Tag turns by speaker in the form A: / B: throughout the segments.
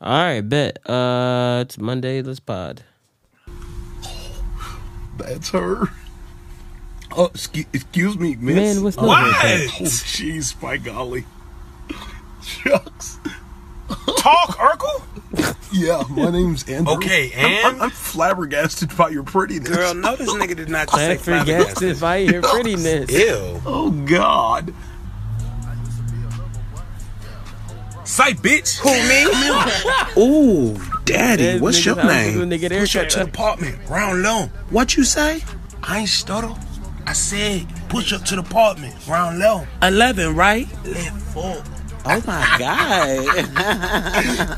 A: All right, bet. Uh, it's Monday. Let's pod.
B: That's her. Oh, excuse, excuse me, miss.
A: Man, what's
B: oh,
A: up?
B: oh, jeez, by golly. Shucks.
C: Talk, Urkel?
B: Yeah, my name's Andrew.
C: Okay,
B: I'm- I'm,
C: and?
B: I'm flabbergasted by your prettiness.
C: Girl, no, this nigga did not just say flabbergasted.
A: Flabbergasted by your prettiness.
C: Ew.
B: Oh, God.
C: Say, bitch. Who, me? Ooh, daddy,
A: This
C: what's
A: nigga
C: your
A: sounds like
C: name?
A: a nigga there
C: Push up
A: trying to-
C: to the apartment, round low.
D: What you say?
C: I ain't stutter. I said, push up to the apartment, round low.
D: 11, right?
C: Left foot.
D: Oh my God.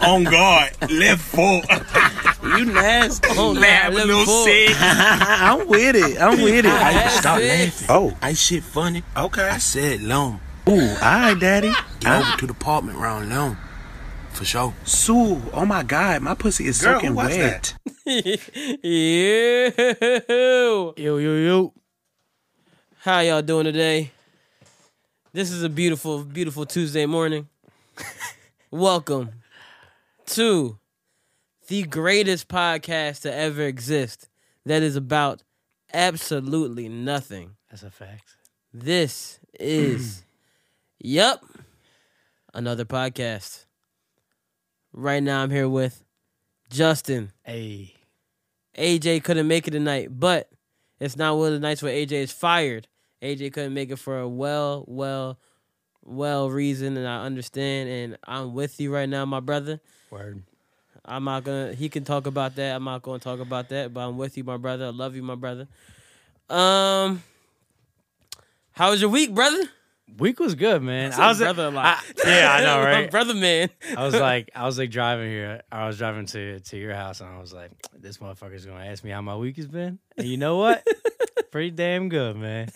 C: On guard, left foot.
D: you nasty.
C: Lab
A: left
C: little
A: foot.
C: sick.
D: I'm with it. I'm with it.
A: That's
C: Stop
A: it.
C: laughing.
D: Oh,
C: I shit funny.
D: okay.
C: I said long.
D: Ooh, all right, daddy.
C: Get over to the apartment, round long. For sure.
D: Sue, oh my God, my pussy is
C: Girl,
D: soaking
C: who was
D: wet.
A: Yo, yo, yo. How y'all doing today? This is a beautiful, beautiful Tuesday morning. Welcome to the greatest podcast to ever exist that is about absolutely nothing.
E: That's a fact.
A: This is, yep, another podcast. Right now, I'm here with Justin.
E: Hey,
A: AJ couldn't make it tonight, but it's not one of the nights where AJ is fired. AJ couldn't make it for a well, well, well reason, and I understand. And I'm with you right now, my brother.
E: word.
A: I'm not gonna. He can talk about that. I'm not gonna talk about that. But I'm with you, my brother. I love you, my brother. Um, how was your week, brother?
E: Week was good, man.
A: Say
E: I was
A: brother a
E: I,
A: lot.
E: yeah, I know,
A: My
E: right?
A: brother, man.
E: I was like, I was like driving here. I was driving to to your house, and I was like, this motherfucker's gonna ask me how my week has been. And you know what? Pretty damn good, man.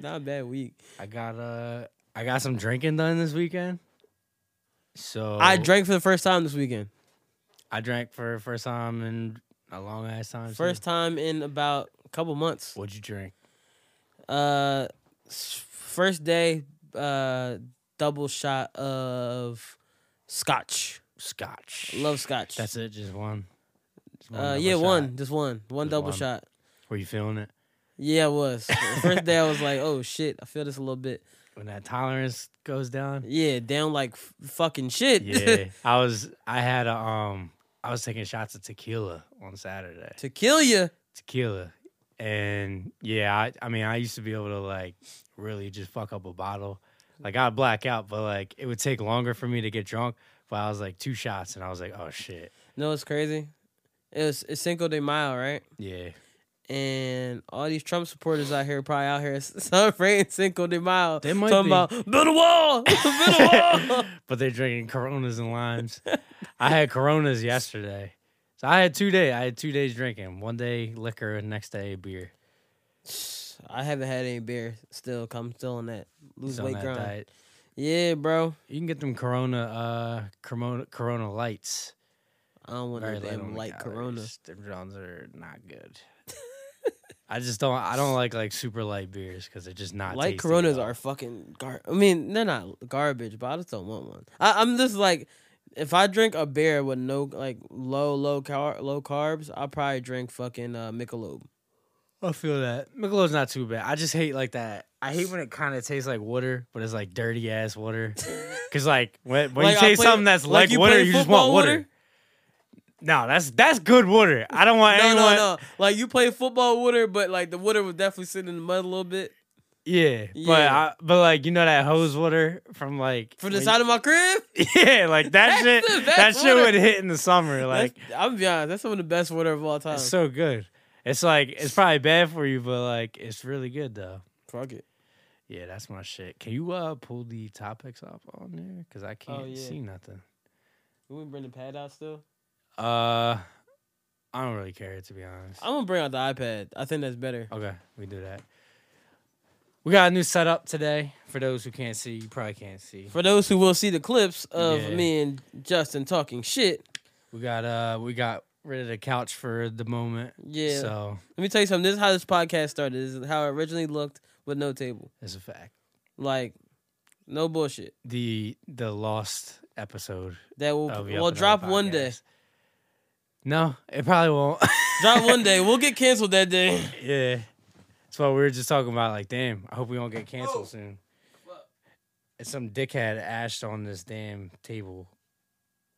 A: not a bad week.
E: I got uh, I got some drinking done this weekend. So
A: I drank for the first time this weekend.
E: I drank for the first time in a long ass time. too.
A: First time in about a couple months.
E: what'd you drink?
A: Uh, s- first day, uh, double shot of scotch.
E: Scotch.
A: Love scotch.
E: That's it. Just one. Just one
A: uh,
E: double
A: yeah,
E: shot.
A: one, just one, one
E: Just
A: double
E: one.
A: shot.
E: Were you feeling it?
A: Yeah, it was. The first day I was like, oh shit, I feel this a little bit.
E: When that tolerance goes down.
A: Yeah, down like f- fucking shit.
E: yeah, I was. I had a um. I was taking shots of tequila on Saturday.
A: to kill you.
E: Tequila, and yeah, I, I mean, I used to be able to like really just fuck up a bottle. Like I'd black out, but like it would take longer for me to get drunk. But I was like two shots, and I was like, oh shit,
A: No, it's crazy. It was it's Cinco de Mayo, right?
E: yeah.
A: And all these Trump supporters out here probably out here celebrating Cinco de Mayo.
E: They might
A: talking
E: be.
A: about build a wall, build a wall.
E: but they're drinking Coronas and limes. I had Coronas yesterday, so I had two day. I had two days drinking. One day liquor, and next day beer.
A: I haven't had any beer still. 'cause I'm still on that lose
E: So on
A: weight
E: that
A: grind.
E: diet.
A: Yeah, bro.
E: You can get them Corona, uh, Corona, Corona lights.
A: I don't want
E: Very
A: no
E: light on
A: damn
E: the
A: light Corona.
E: calories. Them Johns are not good. I just don't. I don't like like super light beers because they're just not
A: Light
E: tasty at
A: Coronas
E: all.
A: are fucking gar. I mean, they're not garbage, but I just don't want one. I, I'm just like, if I drink a beer with no like low low car low carbs, I'll probably drink fucking uh, Michelob.
E: I feel that Michelob's not too bad. I just hate like that. I hate when it kind of tastes like water, but it's like dirty ass water. Cause like when when
A: Like,
E: you
A: I
E: taste
A: play-
E: something that's
A: like
E: like,
A: you
E: water,
A: play
E: you just
A: football
E: want water.
A: water?
E: No, that's that's good water. I don't want
A: No,
E: anyone.
A: no, no. Like you play football water, but like the water was definitely sitting in the mud a little bit
E: Yeah, but
A: Yeah.
E: I, but like you know that hose water from like
A: from the
E: when-
A: side of my crib.
E: Yeah, like that
A: That's
E: shit.
A: the best
E: That shit
A: water.
E: would hit in the summer. Like
A: Like I'm be honest, that's some of the best water of all time.
E: It's so good. It's like it's probably bad for you, but like it's really good though.
A: Fuck it.
E: Yeah, that's my shit. Can you uh pull the topics up on there? Cause I can't
A: Oh, yeah.
E: see nothing.
A: You want me to bring the pad out still?
E: Uh, I don't really care to be honest.
A: I'm gonna bring out the iPad. I think that's better.
E: Okay, we do that. We got a new setup today. For those who can't see, you probably can't see.
A: For those who will see the clips of
E: Yeah.
A: me and Justin talking shit,
E: We got uh we got rid of the couch for the moment.
A: Yeah.
E: So
A: let me tell you something. This is how this podcast started. This is how it originally looked with no table.
E: it's a fact.
A: Like, no bullshit.
E: The the lost episode.
A: That will
E: of Yup
A: well
E: and Other
A: drop one day.
E: Podcast. No, it probably won't.
A: Drop one day. We'll get canceled that day.
E: yeah, that's what we were just talking about. Like, damn, I hope we don't get canceled soon. And some dickhead ashed on this damn table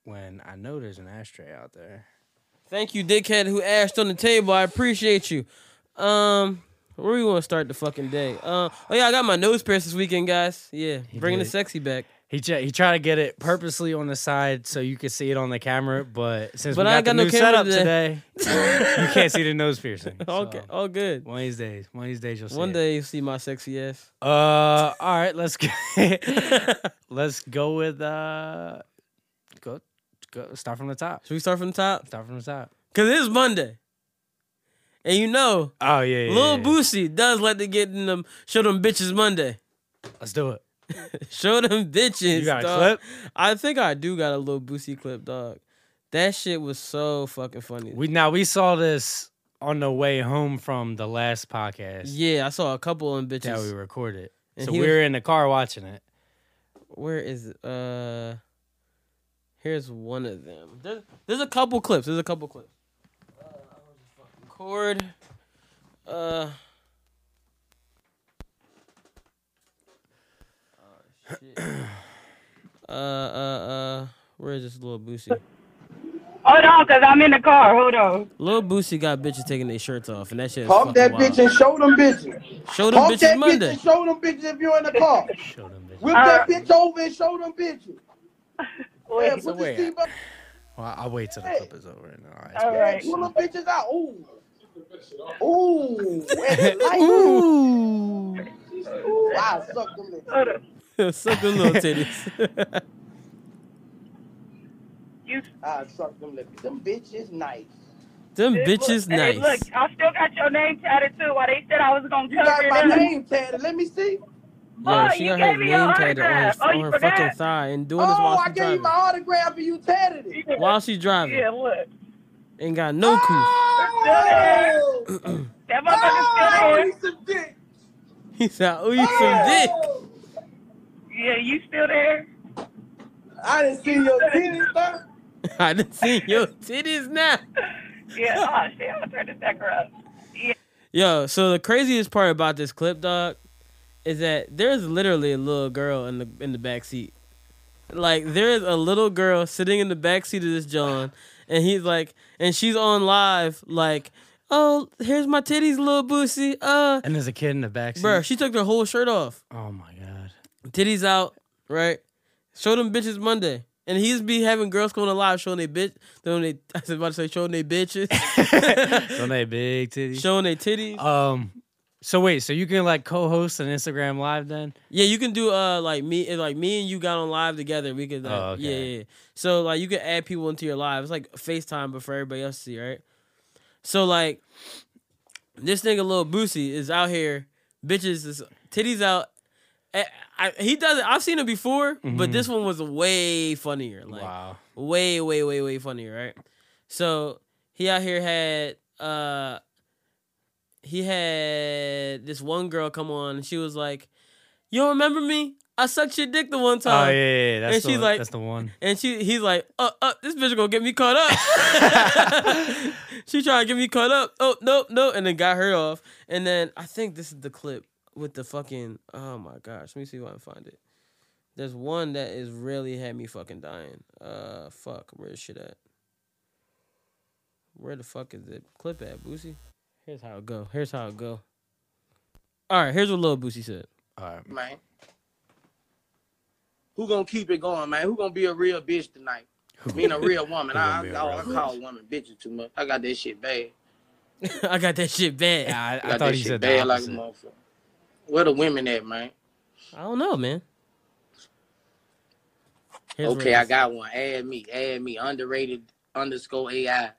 E: when I know there's an ashtray out there.
A: Thank you, dickhead, who ashed on the table. I appreciate you. Um, where we want to start the fucking day? Uh, oh yeah, I got my nose pierced this weekend, guys. Yeah, bringing the
E: did.
A: sexy back.
E: He ch- he tried to get it purposely on the side so you could see it on the camera, but since
A: But
E: we
A: I
E: got,
A: ain't got
E: the
A: no
E: new
A: camera
E: setup
A: today.
E: today, you can't see the nose piercing.
A: Okay,
E: so
A: all good.
E: One of these days, one of these days you'll see.
A: One
E: it.
A: day you see my sexy ass.
E: Uh, all right, let's go. let's go with uh, go, go start from the top.
A: Should we start from the top?
E: Start from the top.
A: Cause it is Monday, and you know
E: Oh yeah, yeah
A: Lil
E: yeah.
A: Boosie does like to get in them. Show them bitches Monday.
E: Let's do it.
A: Show them bitches.
E: You got a
A: dog.
E: clip?
A: I think I do got a little Boosie clip, dog. That shit was so fucking funny.
E: We now we saw this on the way home from the last podcast
A: yeah, I saw a couple of them bitches.
E: that we recorded.
A: And
E: so
A: he
E: we were in the car watching it.
A: Where is it? uh? Here's one of them. There's there's a couple clips. There's a couple clips. Uh, cord. Uh. oh, shit. Uh, uh, uh, where is this little Boosie?
F: Hold on, cause I'm in the car. Hold on.
A: Little Boosie got bitches taking their shirts off, and that shit is
G: Pump that
A: fucking
G: bitch
A: wild.
G: and show them bitches.
A: Show them
G: Pump
A: bitches
G: that bitch
A: Monday.
G: and show them bitches if you're in the car.
E: Show them bitches.
G: Whip that bitch over and show them bitches. Yeah, put the
E: wait.
G: seat back.
E: Well, I'll wait till the clip is over and then I'll ask
F: All
E: you.
G: Yeah,
F: right.
G: pull them bitches out. Ooh. Ooh. wet light. Ooh, I suck them niggas.
F: Hold on.
A: Suck them little titties.
F: You
G: I suck them lips. Them bitches nice.
A: them
F: look,
A: bitches nice.
F: hey, Look, I still got your name tatted too. While they said I was gonna
G: You
F: cover
G: got
F: it
G: my
F: up.
G: name tatted. Let me see.
A: Yo,
F: Oh,
A: she
F: you
A: got
F: gave
A: her
F: me your
A: name tatted on her,
F: autograph. Oh, you
A: on her
F: forgot?
A: fucking thigh and doing this
G: Oh,
A: while
G: I
A: she's
G: gave you
A: driving.
G: my autograph and you tatted it.
F: Yeah.
A: While she's driving.
F: Yeah, look.
A: Ain't got no coup.
G: Oh,
F: That
G: oh, I
F: motherfucker's
G: need some dick.
A: He said, oh, you some dick.
F: still
G: Oh,
F: there. Yeah, you still there?
G: I didn't see your titties, though.
A: I done seen your titties now.
F: Yeah. Oh shit, I'll turn this sucker up. Yeah.
A: Yo, so the craziest part about this clip, dog, is that there's literally a little girl in the in the back seat. Like there is a little girl sitting in the back seat of this John, and he's like, and she's on live, like, oh, here's my titties, little Boosie. Uh,
E: And there's a kid in the back.
A: bruh, she took her whole shirt off.
E: Oh my god.
A: titties out, right? Show them bitches Monday. And he's be having girls going to live showing they bitch, showing they I was about to say showing they bitches,
E: Don't they big titties?
A: showing they titties.
E: Um. So wait. So you can like co-host an Instagram live then?
A: yeah, you can do uh like me and like me and you got on live together. We could like,
E: Oh, okay.
A: yeah, yeah, yeah. So like you can add people into your live. It's like FaceTime, but for everybody else to see, right? So like this nigga little Boosie is out here, bitches is titties out. Eh, I, he does it. I've seen it before,
E: Mm-hmm.
A: but this one was way funnier. Like,
E: wow.
A: way way way way funnier right so he out here had uh he had this one girl come on and she was like you don't remember me i sucked your dick the one
E: Oh yeah,
A: time
E: yeah, yeah, That's
A: and
E: the,
A: she's like-
E: that's the one.
A: and she he's like uh uh this bitch gonna get me caught up she tried to get me caught up oh no no and then got her off and then i think this is the clip with the fucking oh my gosh let me see if i can find it there's one that is really had me fucking dying. Uh, fuck, where is shit at? Where the fuck is the clip at, Boosie? Here's how it go. Here's how it go. All right, here's what Lil Boosie said.
E: All right.
G: man. Who gonna keep it going, man? Who gonna be a real bitch tonight? Being a real woman.
E: who gonna
G: I,
E: be
G: I,
E: a
G: I,
E: real
G: call women bitches too much. I got that shit bad.
A: I got that shit bad.
E: Yeah, I,
G: I
E: I
G: got
E: thought
G: that
E: he
G: shit
E: said the
G: bad like a
E: opposite.
G: motherfucker. Where the women at, man?
A: I don't know, man. Here's where
G: okay,
A: it
G: I
A: is.
G: got one. Add me, add me. Underrated underscore AI.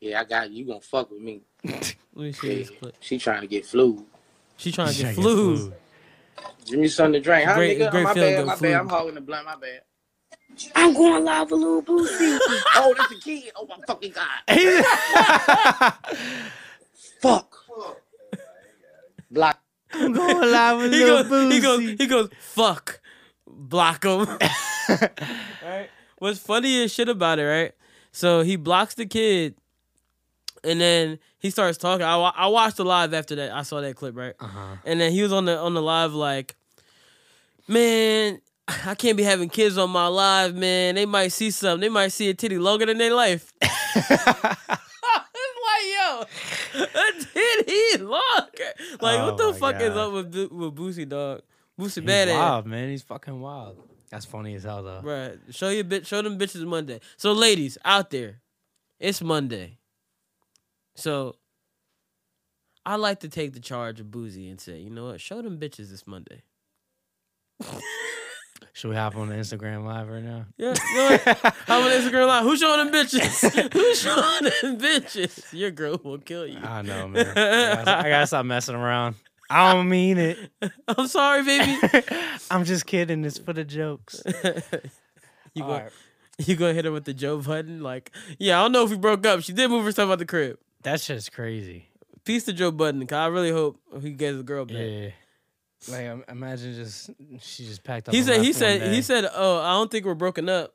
G: Yeah, I got you. Gonna fuck with me?
A: Let me see
G: Yeah.
A: this clip.
G: She trying to get flu.
A: She trying to
E: She
A: get
E: tryna get
A: flu.
E: flu.
G: Give me something to drink. Huh,
A: Great-
G: nigga? Oh,
A: great
G: my
A: feeling,
G: bad,
A: good
G: my
A: food.
G: bad. I'm holding the blunt. My bad.
F: I'm going live with Lil Boosie.
G: Oh, that's a kid. Oh my fucking god. Fuck. Block.
E: Going live with
A: He
E: Lil
A: goes, he goes,
E: Boosie.
A: he goes, fuck, block him. right. What's funny as shit about it, right? So he blocks the kid, and then he starts talking. I, wa- I watched the live after that. I saw that clip, right?
E: Uh-huh.
A: And then he was on the on the live like, man, I can't be having kids on my live, man. They might see something. They might see a titty longer than their life. It's like, yo, a titty longer. Like, what
E: Oh
A: the
E: my
A: fuck is
E: God.
A: up with Du- with Boosie, dog? Boosie
E: He's
A: badass.
E: wild, man. He's fucking wild. That's funny as hell though.
A: Right. Show your bitch. Show them bitches Monday. So, ladies out there, it's Monday. So, I like to take the charge of Boozy and say, you know what? Show them bitches this Monday.
E: Should we hop on the Instagram live right now?
A: Yeah. You know what? I'm on Instagram live. Who's showing them bitches? Who's showing them bitches? Your girl will kill you.
E: I know, man. I gotta, I gotta stop messing around. I don't mean it.
A: I'm sorry, baby.
E: I'm just kidding. It's for the jokes.
A: you
E: All
A: go.
E: right.
A: You gonna hit her with the Joe Budden? Like, yeah, I don't know if we broke up. She did move herself out the crib.
E: That's just crazy.
A: Peace to Joe Budden. Cause I really hope he gets a girl back.
E: Yeah. Like um, imagine just she just packed up.
A: He
E: and
A: said, he
E: left
A: said,
E: one day.
A: he said, oh, I don't think we're broken up,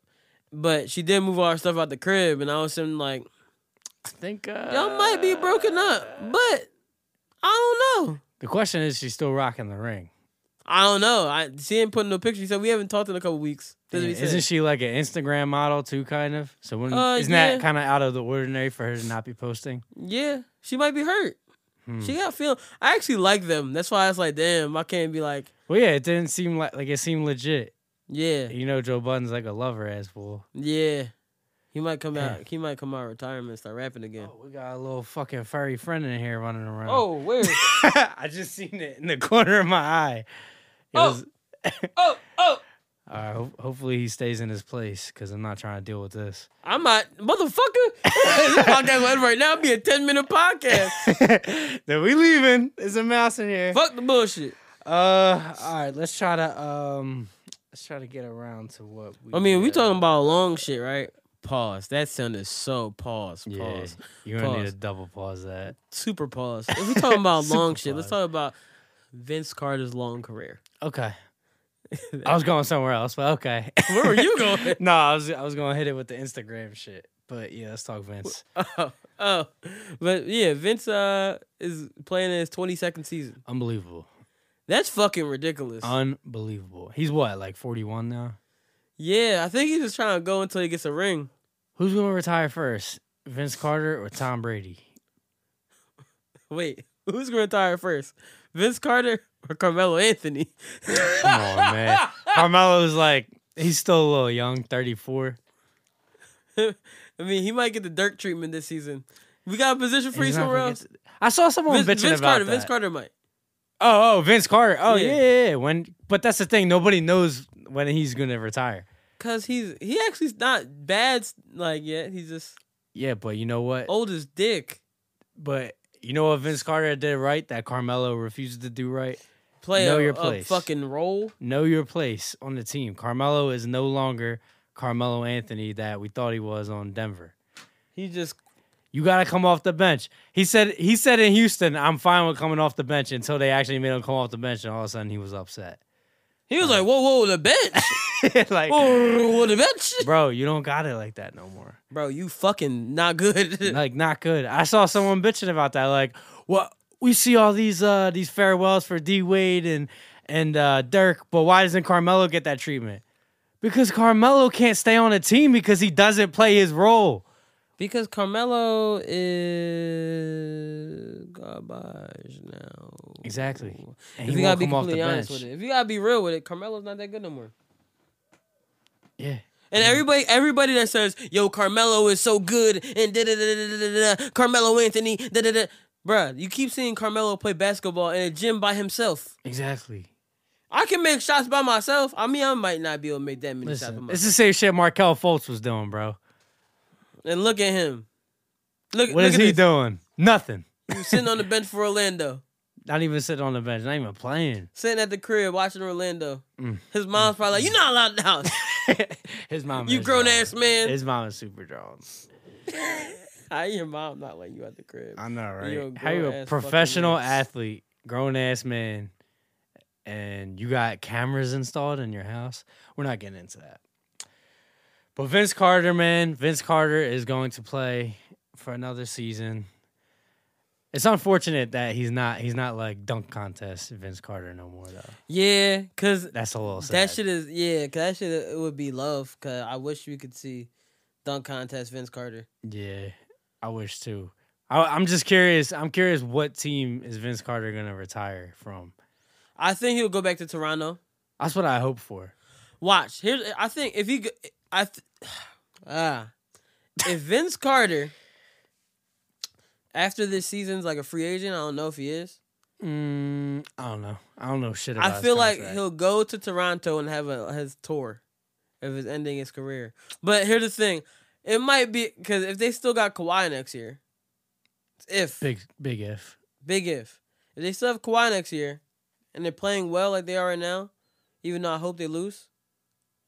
A: but she did move all her stuff out the crib, and I was him like,
E: I think uh,
A: y'all might be broken up, but I don't know.
E: The question is, she's still rocking the ring.
A: I don't know. I she ain't putting no picture. She said we haven't talked in a couple weeks. That's what he
E: Yeah,
A: said.
E: Isn't she like an Instagram model too, kind of? So when,
A: Uh,
E: isn't
A: yeah.
E: that kind of out of the ordinary for her to not be posting?
A: Yeah, she might be hurt. She got feel. I actually like them. That's why I was like, damn, I can't be like,
E: Well, yeah, it didn't seem like like it seemed legit.
A: yeah,
E: You know, Joe Budden's like a lover ass fool.
A: yeah. He might come
E: Yeah.
A: out. He might come out of retirement and start rapping again.
E: Oh, We got a little fucking furry friend in here running around.
A: Oh, where?
E: I just seen it in the corner of my eye. It
A: Oh.
E: was-
A: oh, oh.
E: All right, ho- hopefully he stays in his place because I'm not trying to deal with this.
A: I'm not, motherfucker. this podcast will end right now. It'll be a 10 minute podcast.
E: then we leaving. There's a mouse in here.
A: Fuck the bullshit.
E: Uh, all right, let's try to um, let's try to get around to what we.
A: I mean, we
E: uh,
A: talking about long shit, right? Pause. That sounded so pause. Pause.
E: Yeah, you're gonna need
A: Pause.
E: to double pause that.
A: Super pause. If we talking about
E: Super
A: long shit, let's
E: pause.
A: talk about Vince Carter's long career.
E: Okay. I was going somewhere else, but okay.
A: Where were you going?
E: no, I was I was gonna hit it with the Instagram shit, but yeah, let's talk Vince.
A: oh, oh, but yeah, Vince uh is playing in his 22nd season.
E: Unbelievable,
A: That's fucking ridiculous.
E: Uh. unbelievable. He's what like 41 now.
A: yeah, I think he's just trying to go until he gets a ring.
E: Who's gonna retire first, Vince Carter or Tom Brady?
A: Wait, who's gonna retire first? Vince Carter or Carmelo Anthony?
E: Come on, man. Carmelo's like he's still a little young, 34.
A: I mean, he might get the Dirk treatment this season. We got a position for you
E: He's not
A: somewhere
E: gonna
A: else.
E: get to- I saw someone
A: Vince,
E: bitching
A: Vince
E: about
A: Carter.
E: that.
A: Vince Carter might.
E: Oh, oh, Vince Carter. Oh,
A: Yeah.
E: yeah. yeah, yeah. When, but that's the thing. Nobody knows when he's gonna retire.
A: Cause he's he actually's not bad like yet. He's just
E: Yeah, but you know what?
A: old as dick.
E: But you know what Vince Carter did right that Carmelo refuses to do right?
A: Play
E: Know
A: a,
E: your
A: a
E: place.
A: fucking role.
E: Know your place on the team. Carmelo is no longer Carmelo Anthony that we thought he was on Denver.
A: He just
E: You gotta come off the bench. He said he said in Houston, I'm fine with coming off the bench until they actually made him come off the bench and all of a sudden he was upset.
A: he was like, whoa, whoa, the bench.
E: like
A: whoa, whoa, the bench.
E: Bro, you don't got it like that no more.
A: Bro, you fucking not good.
E: like not good. I saw someone bitching about that. Like, what we see all these uh these farewells for D Wade and and uh Dirk, but why doesn't Carmelo get that treatment? Because Carmelo can't stay on a team because he doesn't play his role.
A: because Carmelo is garbage now.
E: Exactly. And
A: If
E: he
A: you gotta
E: won't
A: be
E: come off the
A: completely
E: bench.
A: honest with it, if you gotta be real with it, Carmelo's not that good no more.
E: Yeah.
A: And
E: Mm-hmm.
A: everybody, everybody that says, "Yo, Carmelo is so good," and da da da da da da da, Carmelo Anthony, da da da, bruh, you keep seeing Carmelo play basketball in a gym by himself.
E: Exactly.
A: I can make shots by myself. I mean, I might not be able to make that many shots by
E: Listen, it's
A: myself.
E: the same shit Markel Fultz was doing, bro.
A: And look at him. Look,
E: What
A: look
E: is
A: at
E: he
A: this.
E: doing? Nothing.
A: He was sitting on the bench for Orlando,
E: Not even sitting on the bench. Not even playing.
A: sitting at the crib watching Orlando.
E: Mm.
A: His mom's probably like, "You're not allowed in the house.
E: his mom.
A: You
E: is
A: grown
E: drawing.
A: ass man."
E: His mom is super drawn.
A: I your mom not letting you out the crib.
E: I know, right?
A: You're a
E: How you
A: grown
E: a
A: ass fucking
E: professional
A: man.
E: athlete, grown ass man, and you got cameras installed in your house, we're not getting into that. But Vince Carter, man, Vince Carter is going to play for another season. It's unfortunate that he's not he's not like dunk contest Vince Carter no more though.
A: Yeah, cause
E: That's a little sad.
A: that shit is yeah, cause that shit it would be love. Cause I wish we could see dunk contest Vince Carter.
E: Yeah, I wish too. I, I'm just curious. I'm curious what team is Vince Carter gonna retire from?
A: I think he'll go back to Toronto.
E: That's what I hope for.
A: Watch here. I think if he, go- I, th- ah, if Vince Carter after this season's like a free agent, I don't know if he is.
E: Mm, I don't know. I don't know shit. About
A: I
E: his
A: feel like
E: contract.
A: he'll go to Toronto and have a his tour if it's ending his career. But here's the thing: it might be because if they still got Kawhi next year, if
E: big big if.
A: Big if. If they still have Kawhi next year and they're playing well like they are right now, even though I hope they lose,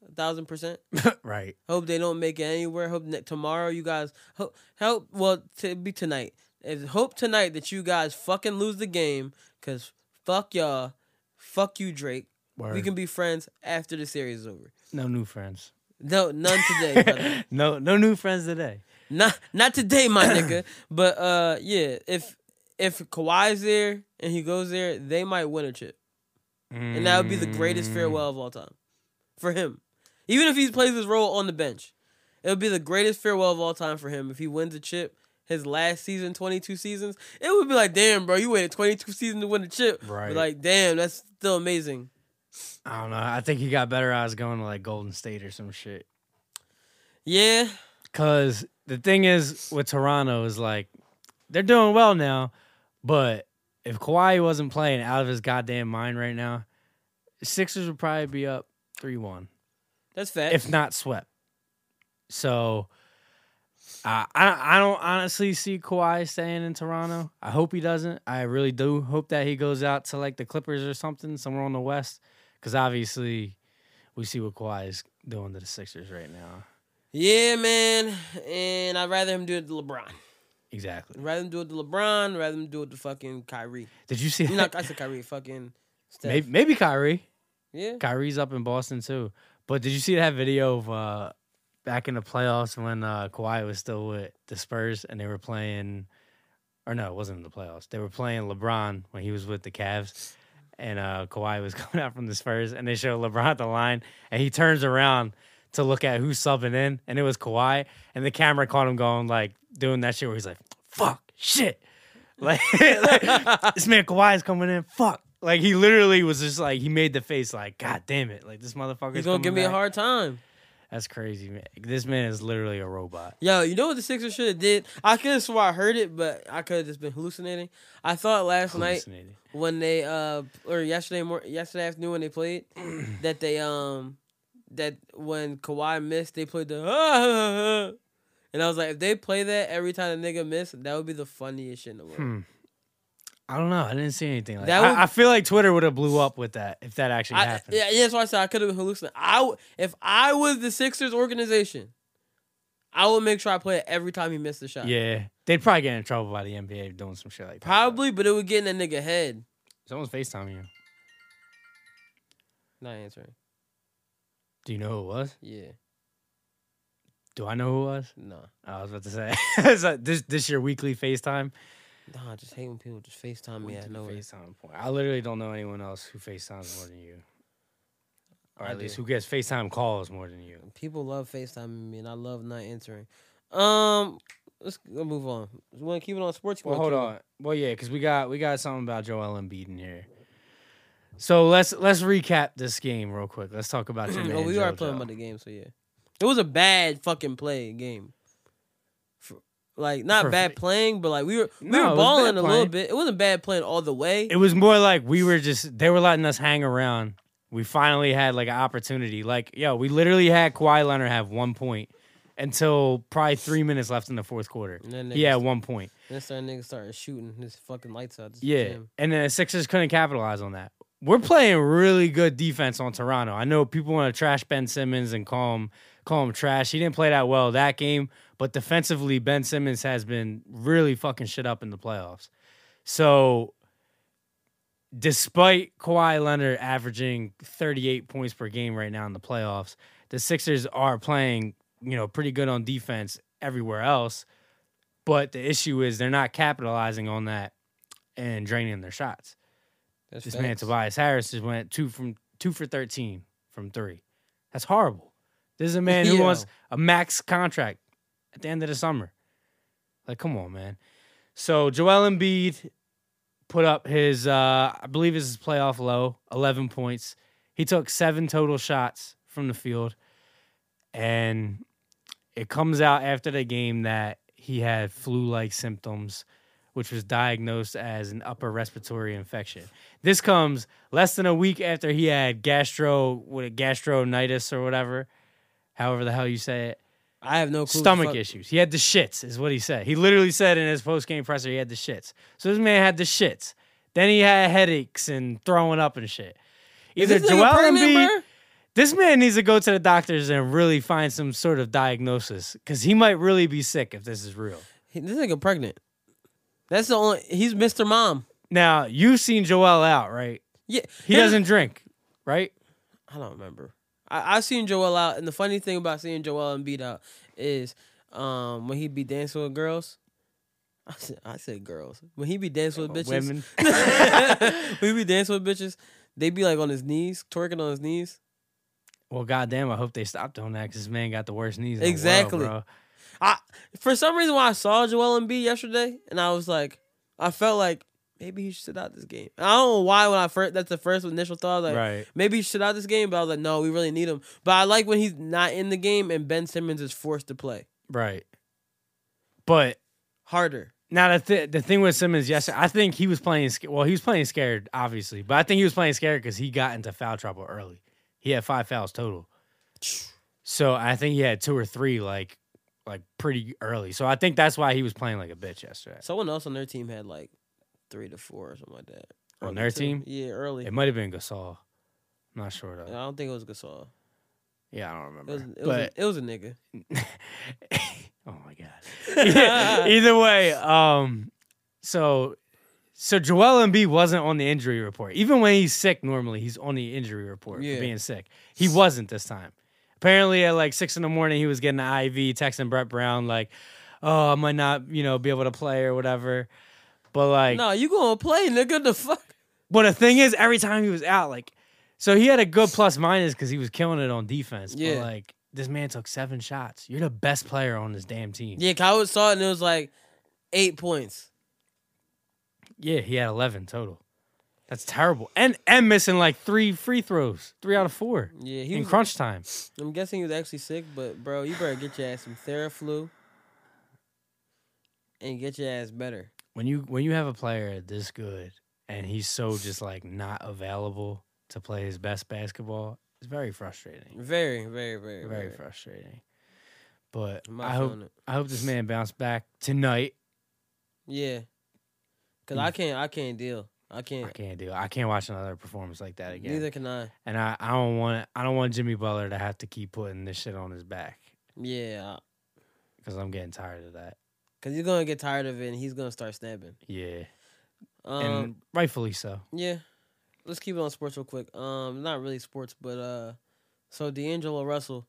A: a thousand percent.
E: right.
A: Hope they don't make it anywhere. Hope ne- tomorrow you guys hope help. Well, to be tonight. Is hope tonight that you guys fucking lose the game because fuck y'all, fuck you Drake.
E: Word.
A: We can be friends after the series is over.
E: no new friends.
A: No, none today, brother.
E: no no new friends today.
A: Not not today, my nigga. But uh, yeah. If if Kawhi's there and he goes there, they might win a chip. and that would be the greatest
E: Mm,
A: farewell of all time for him. Even if he plays his role on the bench, it would be the greatest farewell of all time for him if he wins a chip. His last season, twenty two seasons, it would be like, damn, bro, you waited twenty two seasons to win a chip. But,
E: Right.
A: like, damn, that's still amazing.
E: I don't know. I think he got better odds going to like Golden State or some shit.
A: Yeah,
E: Cause the thing is with Toronto is like they're doing well now, but if Kawhi wasn't playing out of his goddamn mind right now, Sixers would probably be up three one,
A: that's fact.
E: if not swept. So I I I don't honestly see Kawhi staying in Toronto. I hope he doesn't. I really do hope that he goes out to like the Clippers or something somewhere on the West, because obviously we see what Kawhi is doing to the Sixers right now.
A: yeah, man. And I'd rather him do it to LeBron.
E: Exactly.
A: I'd rather him do it to LeBron. I'd rather him do it to fucking Kyrie.
E: Did you see?
A: You know,
E: that?
A: I said Kyrie. Fucking Steph.
E: Maybe, maybe Kyrie.
A: Yeah.
E: Kyrie's up in Boston too. But did you see that video of uh, back in the playoffs when uh, Kawhi was still with the Spurs and they were playing, or no, it wasn't in the playoffs. They were playing LeBron when he was with the Cavs, and uh, Kawhi was coming out from the Spurs, and they show LeBron at the line, and he turns around to look at who's subbing in, and it was Kawhi, and the camera caught him going like doing that shit where he's like, "Fuck, shit." Like, like, this man Kawhi is coming in. Fuck. Like he literally was just like he made the face like God damn it. Like this motherfucker.
A: He's gonna give me a hard time.
E: That's crazy, man. This man is literally a robot.
A: Yo, you know what the Sixers should have did? I could have swore I heard it, but I could have just been hallucinating. I thought last night
E: Hallucinated.
A: when they uh or yesterday mor- yesterday afternoon when they played that they um that when Kawhi missed they played the and I was like if they play that every time a nigga missed that would be the funniest shit in the
E: Hmm,
A: world.
E: I don't know. I didn't see anything like
A: That
E: that.
A: would-
E: I, I feel like Twitter would have blew up with that if that actually
A: I, uh,
E: happened.
A: yeah, yeah, that's why I said I could have been hallucinating. I w- if I was the Sixers organization, I would make sure I play it every time he missed a shot.
E: Yeah. They'd probably get in trouble by the NBA doing some shit like that.
A: Probably, but it would get in that nigga head.
E: Someone's FaceTiming you.
A: Not answering.
E: Do you know who it was?
A: Yeah.
E: Do I know who it was?
A: No. Nah.
E: I was about to say. It's like, this this your weekly FaceTime.
A: Nah, I just hate when people just FaceTime me. I know it.
E: FaceTime point. I literally don't know anyone else who FaceTimes more than you. Or
A: I
E: at least
A: do.
E: who gets FaceTime calls more than you.
A: People love FaceTiming me, and I love not answering. Um, let's go move on. You want to keep it on sports? You
E: Well,
A: wanna
E: hold
A: keep it
E: on. Well, yeah, because we got we got something about Joel Embiid in here. So let's let's recap this game real quick. Let's talk about your man.
A: oh, we are
E: JoJo.
A: playing about the game, so yeah. It was a bad fucking play game. For- like not
E: For-
A: bad playing, but like we were we
E: No, it
A: were
E: was
A: balling
E: bad
A: a little
E: playing.
A: bit. It wasn't bad playing all the way.
E: It was more like we were just they were letting us hang around. We finally had like an opportunity. Like yo, we literally had Kawhi Leonard have one point until probably three minutes left in the fourth quarter.
A: And then they
E: He had
A: just-
E: one point.
A: That's when nigga started shooting his fucking lights out. this
E: Yeah,
A: gym.
E: and then the Sixers couldn't capitalize on that. We're playing really good defense on Toronto. I know people want to trash Ben Simmons and call him call him trash. He didn't play that well that game, but defensively, Ben Simmons has been really fucking shit up in the playoffs. So despite Kawhi Leonard averaging 38 points per game right now in the playoffs, the Sixers are playing, you know, pretty good on defense everywhere else. But the issue is they're not capitalizing on that and draining their shots.
A: That's
E: This man Tobias Harris just went two from two for 13 from three. That's horrible. This is a man who
A: Yo.
E: wants a max contract at the end of the summer. Like, come on, man. So Joel Embiid put up his, uh, I believe is his playoff low, 11 points. He took seven total shots from the field. And it comes out after the game that he had flu like symptoms, which was diagnosed as an upper respiratory infection. This comes less than a week after he had gastro, what, gastronitis or whatever, however the hell you say it
A: I have no clue. what the
E: stomach
A: fuck-
E: issues. He had the shits, is what he said. He literally said in his post game presser, he had the shits. So this man had the shits. Then he had headaches and throwing up and shit.
A: Is
E: Either
A: this
E: Joel
A: nigga pregnant,
E: Embiid,
A: bruh?
E: this man needs to go to the doctors and really find some sort of diagnosis because he might really be sick if this is real.
A: He- This nigga pregnant. That's the only. He's Mr. Mom.
E: Now you've seen Joel out, right?
A: Yeah,
E: He
A: here's-
E: doesn't drink, right?
A: I don't remember. I I seen Joel out, and the funny thing about seeing Joel Embiid out is um when he be dancing with girls. I said, I said girls. When he be dancing with bitches,
E: Women.
A: when he be dancing with bitches, they be like on his knees, twerking on his knees.
E: Well, goddamn, I hope they stopped doing that because this man got the worst knees. in the world,
A: Exactly.
E: bro.
A: I for some reason when I saw Joel Embiid yesterday, and I was like, I felt like maybe he should sit out this game. And I don't know why when I first that's the first initial thought. I was like
E: Right.
A: maybe he should sit out this game, but I was like, no, we really need him. But I like when he's not in the game and Ben Simmons is forced to play
E: Right. But
A: harder.
E: Now the th- the thing with Simmons yesterday, I think he was playing. sca- Well, he was playing scared, obviously, but I think he was playing scared because he got into foul trouble early. He had five fouls total, so I think he had two or three like like pretty early. So I think that's why he was playing like a bitch yesterday.
A: Someone else on their team had like three to four or something like that.
E: On
A: Early,
E: their
A: too.
E: team?
A: yeah, early.
E: It might have been Gasol. I'm not sure
A: I
E: though.
A: don't think it was Gasol.
E: Yeah, I don't
A: It
E: remember.
A: was it was,
E: but
A: a, it was a nigga.
E: oh my god. Either way, um, so so Joel Embiid wasn't on the injury report. Even when he's sick, normally he's on the injury report
A: Yeah.
E: for being sick. He wasn't this time. Apparently, at like six in the morning, he was getting an IV, texting Brett Brown like, "Oh, I might not, you know, be able to play or whatever." But like,
A: No, you gonna play, nigga? The fuck?
E: but the thing is, every time he was out, like, so he had a good plus minus because he was killing it on defense.
A: Yeah.
E: But like, this man took seven shots. You're the best player on this damn team.
A: Yeah, 'cause I was- saw it and it was like eight points.
E: Yeah, he had 11 total. That's terrible. And and missing like three free throws, three out of four
A: Yeah, he
E: in
A: was,
E: crunch time.
A: I'm guessing he was actually sick, but bro, you better get your ass some Theraflu and get your ass better.
E: When you when you have a player this good and he's so just like not available to play his best basketball, it's very frustrating.
A: Very, very, very,
E: Very
A: very.
E: frustrating. But
A: I'm not
E: I hope
A: feeling it.
E: I hope this man bounced back tonight.
A: Yeah, cause
E: Mm.
A: I can't, I can't deal. I
E: I
A: can't.
E: can't do. it. I can't watch another performance like that again.
A: Neither can I.
E: And I, I don't want I don't want Jimmy Butler to have to keep putting this shit on his back
A: Yeah, uh,
E: because I'm getting tired of that.
A: cause he's gonna get tired of it and he's gonna start snapping.
E: Yeah,
A: Um,
E: and rightfully so.
A: yeah, let's keep it on sports real quick. Um, not really sports, but uh, so D'Angelo Russell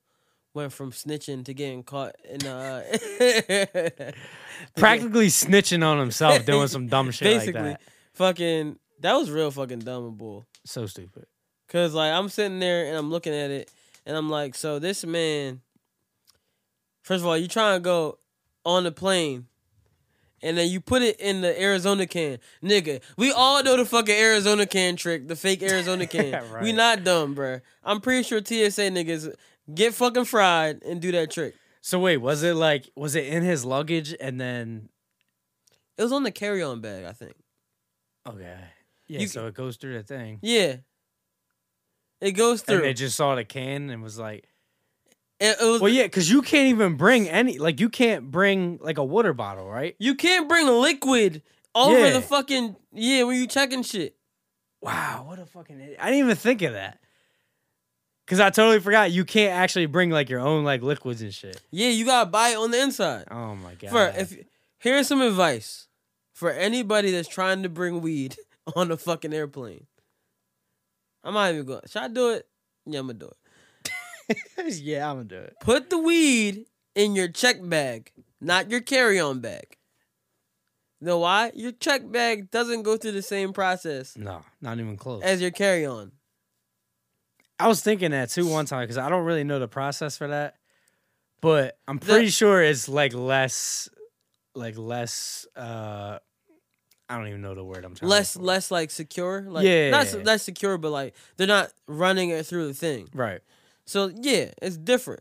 A: went from snitching to getting caught in uh.
E: practically snitching on himself doing some dumb shit
A: basically
E: like that.
A: fucking that was real fucking dumb and bull
E: So stupid.
A: because like i'm sitting there and i'm looking at it and i'm like so this man first of all you trying to go on the plane and then you put it in the Arizona can. Nigga, we all know the fucking Arizona can trick, the fake Arizona can. We
E: Right.
A: not dumb, bruh. I'm pretty sure TSA niggas get fucking fried and do that trick.
E: So wait, was it like was it in his luggage and then
A: It was on the carry on bag, I think.
E: okay. Yeah,
A: You-
E: so it goes through the thing.
A: Yeah. It goes through.
E: And they just saw the can and was like,
A: It- it was
E: "Well, yeah, because you can't even bring any. Like, you can't bring like a water bottle, right?
A: You can't bring liquid over
E: Yeah.
A: the fucking yeah when you checking shit.
E: Wow, what a fucking! Idiot. I didn't even think of that. Cause I totally forgot you can't actually bring like your own like liquids and shit.
A: Yeah, you gotta buy it on the inside.
E: Oh my god!
A: For if here's some advice for anybody that's trying to bring weed on the fucking airplane. I'm not even going. Should I do it? Yeah, I'm gonna do it.
E: yeah, I'm gonna do it.
A: Put the weed in your check bag, not your carry-on bag. know why? Your check bag doesn't go through the same process
E: No, not even close.
A: as your carry-on.
E: I was thinking that too one time because I don't really know the process for that, but I'm pretty sure it's like less, like less. uh I don't even know the word I'm trying. to
A: Less,
E: look for.
A: less like secure. Like,
E: Yeah.
A: not s- less secure, but like they're not running it through the thing.
E: Right,
A: So yeah, it's different.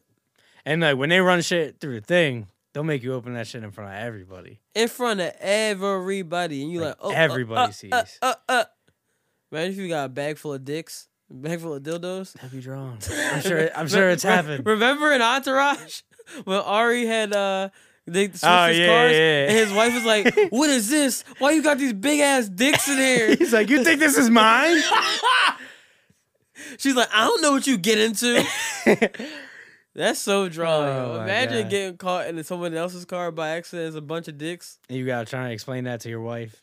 E: and like when they run shit through the thing, they'll make you open that shit in front of everybody.
A: in front of everybody, and you like,
E: Like,
A: oh, uh,
E: everybody
A: uh,
E: sees.
A: Uh, uh, uh. Man, if you got a bag full of dicks, a bag full of dildos.
E: That'd be drawn. I'm sure. I'm sure it's
A: Re-
E: happened.
A: Remember in Entourage when Ari had uh. They switched
E: Oh,
A: his
E: yeah,
A: cars,
E: yeah, yeah.
A: and his wife was like, "What is this? Why you got these big ass dicks in here?"
E: He's like, you think this is mine?
A: She's like, "I don't know what you get into." That's so drawing.
E: Oh, my
A: Imagine
E: God.
A: getting caught in someone else's car by accident as a bunch of dicks.
E: And you gotta try and explain that to your wife.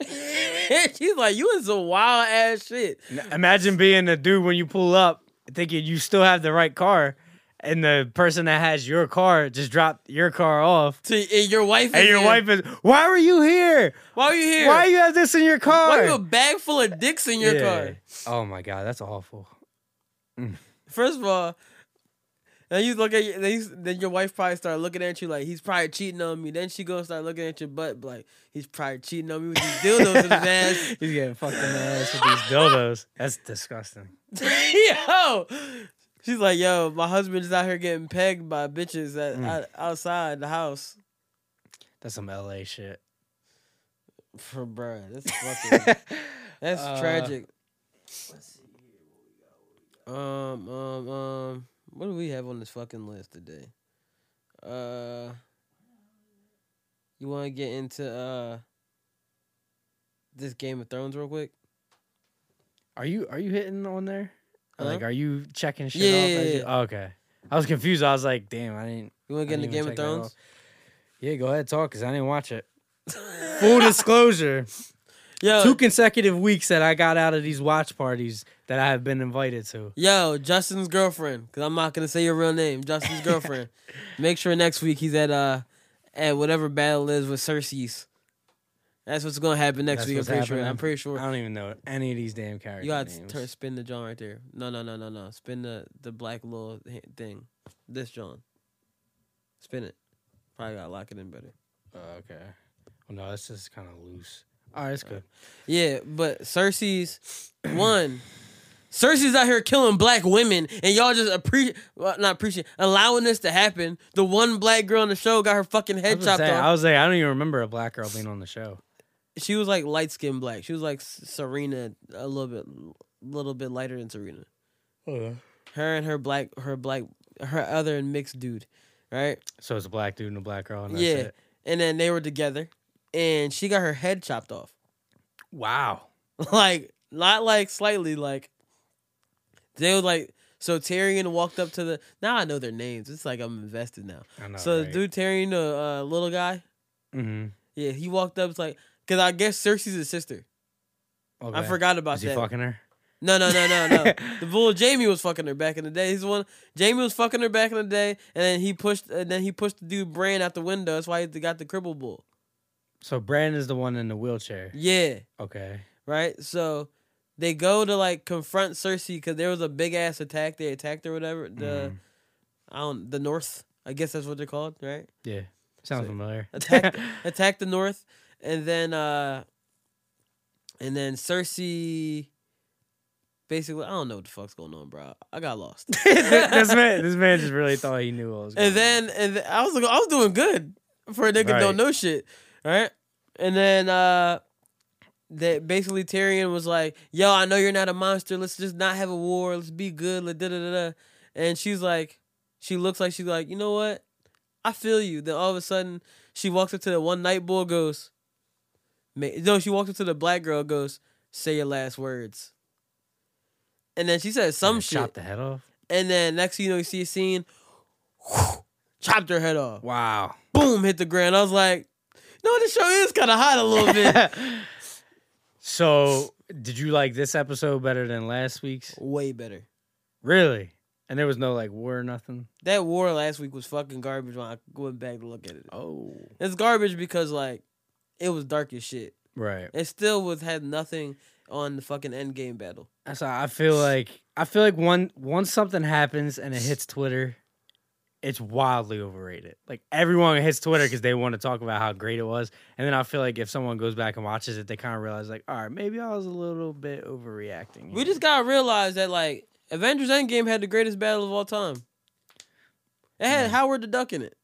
A: She's like, "You in some wild ass shit."
E: Imagine being the dude when you pull up, thinking you still have the right car, and the person that has your car just dropped your car off,
A: To and your wife
E: and
A: is
E: your
A: there.
E: wife is, "Why were you here?
A: Why are you here?
E: Why you have this in your car?
A: Why you a bag full of dicks in your
E: Yeah.
A: car?
E: Oh my god, that's awful.
A: First of all, then you look at your, then, you, then your wife probably start looking at you like he's probably cheating on me. Then she gonna start looking at your butt like he's probably cheating on me with these dildos in his ass.
E: He's getting fucked in the ass with these dildos. That's disgusting.
A: yo, she's like, yo, my husband's out here getting pegged by bitches at,
E: Mm.
A: out- outside the house.
E: That's some LA shit.
A: For bruh, that's fucking, that's
E: Uh,
A: tragic. Um, um, um, what do we have on this fucking list today? Uh, you want to get into uh this Game of Thrones real quick?
E: Are you are you hitting on there? Or,
A: Huh?
E: Like, are you checking shit
A: Yeah,
E: off? as
A: yeah,
E: you- oh, okay, I was confused. I was like, damn, I didn't.
A: You want to
E: I
A: get into
E: didn't even
A: Game of
E: check that
A: Thrones?
E: off. Yeah, go ahead talk because I didn't watch it. Full disclosure:
A: Yo,
E: two consecutive weeks that I got out of these watch parties that I have been invited to.
A: yo, Justin's girlfriend. Because I'm not gonna say your real name. Justin's girlfriend. Make sure next week he's at uh at whatever battle is with Cersei's. That's what's gonna happen next
E: That's
A: week. I'm
E: what's
A: pretty sure.
E: happening.
A: I'm pretty sure.
E: I don't even know any of these damn characters.
A: You gotta
E: names.
A: turn, spin the John right there. No, no, no, no, no. Spin the the black little h- thing. This John. Spin it. Probably gotta lock it in better.
E: Oh, okay. Well, no, this is kind of loose. All right, it's good.
A: Yeah, but Cersei's one. Cersei's out here killing black women, and y'all just appreciate, well, not appreciate, allowing this to happen. The one black girl on the show got her fucking
E: I
A: head
E: was, gonna
A: chopped
E: say,
A: off.
E: I was like, I don't even remember a black girl being on the show.
A: she was like light skinned black. She was like S- Serena, a little bit, little bit lighter than Serena. Her and her black, her black, her other mixed dude, right?
E: So it's a black dude and a black girl. And that's
A: yeah,
E: It.
A: and then they were together, and she got her head chopped off,
E: Wow.
A: like not like slightly, like they were like. So Tyrion walked up to the. Now I know their names. It's like I'm invested now.
E: I know.
A: so
E: right?
A: the dude Tyrion, the uh, little guy,
E: Mhm.
A: yeah, he walked up. It's like because I guess Cersei's his sister. I
E: Okay.
A: forgot about
E: Is he
A: that.
E: fucking her?
A: No, no, no, no, no. the bull Jamie was fucking her back in the day. He's the one Jamie was fucking her back in the day, and then he pushed, and then he pushed the dude Bran out the window. That's why he got the cripple bull.
E: So Brandon is the one in the wheelchair.
A: Yeah,
E: Okay.
A: right. So they go to like confront Cersei because there was a big ass attack. They attacked or whatever. The I don't the North. I guess that's what they're called, right?
E: Yeah. Sounds
A: So-
E: familiar.
A: attack attack the north and then uh and then Cersei basically I don't know what the fuck's going on, bro. I got lost.
E: this man, this man just really thought he knew what was going
A: and then and then, I was I was doing good for a nigga
E: Right.
A: don't know shit. All right. And then uh that basically Tyrion was like, "Yo, I know you're not a monster. Let's just not have a war. Let's be good." Like, da da da da. And she's like, she looks like she's like, you know what? I feel you. Then all of a sudden, she walks up to the one night bull, goes, ma- no, she walks up to the black girl, goes, say your last words. And then she says some
E: And
A: shit.
E: chopped the head off.
A: And then next thing you know, you see a scene, chopped her head off.
E: Wow.
A: Boom, hit the ground. I was like, no, this show is kind of hot a little bit.
E: so Did you like this episode better than last week's?
A: Way better.
E: Really? And there was no like war or nothing.
A: That war last week was fucking garbage when I went back to look at it.
E: Oh,
A: It's garbage because like it was dark as shit.
E: right.
A: It still was had nothing on the fucking end game battle.
E: That's how I feel like. I feel like one once something happens and it hits Twitter, it's wildly overrated. Like everyone hits Twitter because they want to talk about how great it was, and then I feel like if someone goes back and watches it, they kind of realize like, all right, maybe I was a little bit overreacting.
A: We
E: here."
A: just gotta realize that like Avengers Endgame had the greatest battle of all time. It had Howard the Duck in it.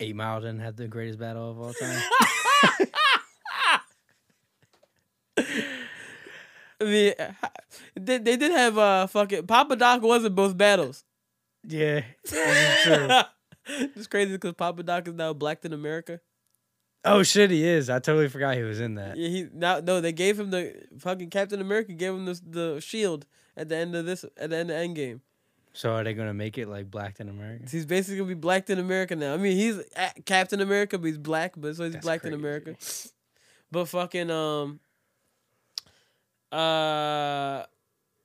E: Eight Mile didn't have the greatest battle of all time.
A: I mean, they, they did have uh fucking Papa Doc was in both battles.
E: yeah,
A: it's crazy because Papa Doc is now blacked in America.
E: Oh shit, he is. I totally forgot he was in that.
A: Yeah, he now no. They gave him the fucking Captain America gave him the the shield at the end of this at the end of Endgame.
E: So are they gonna make it like black in America?
A: He's basically gonna be blacked in America now. I mean, he's a- Captain America, but he's black, but so he's
E: That's
A: blacked in
E: crazy.
A: America. But fucking um, uh,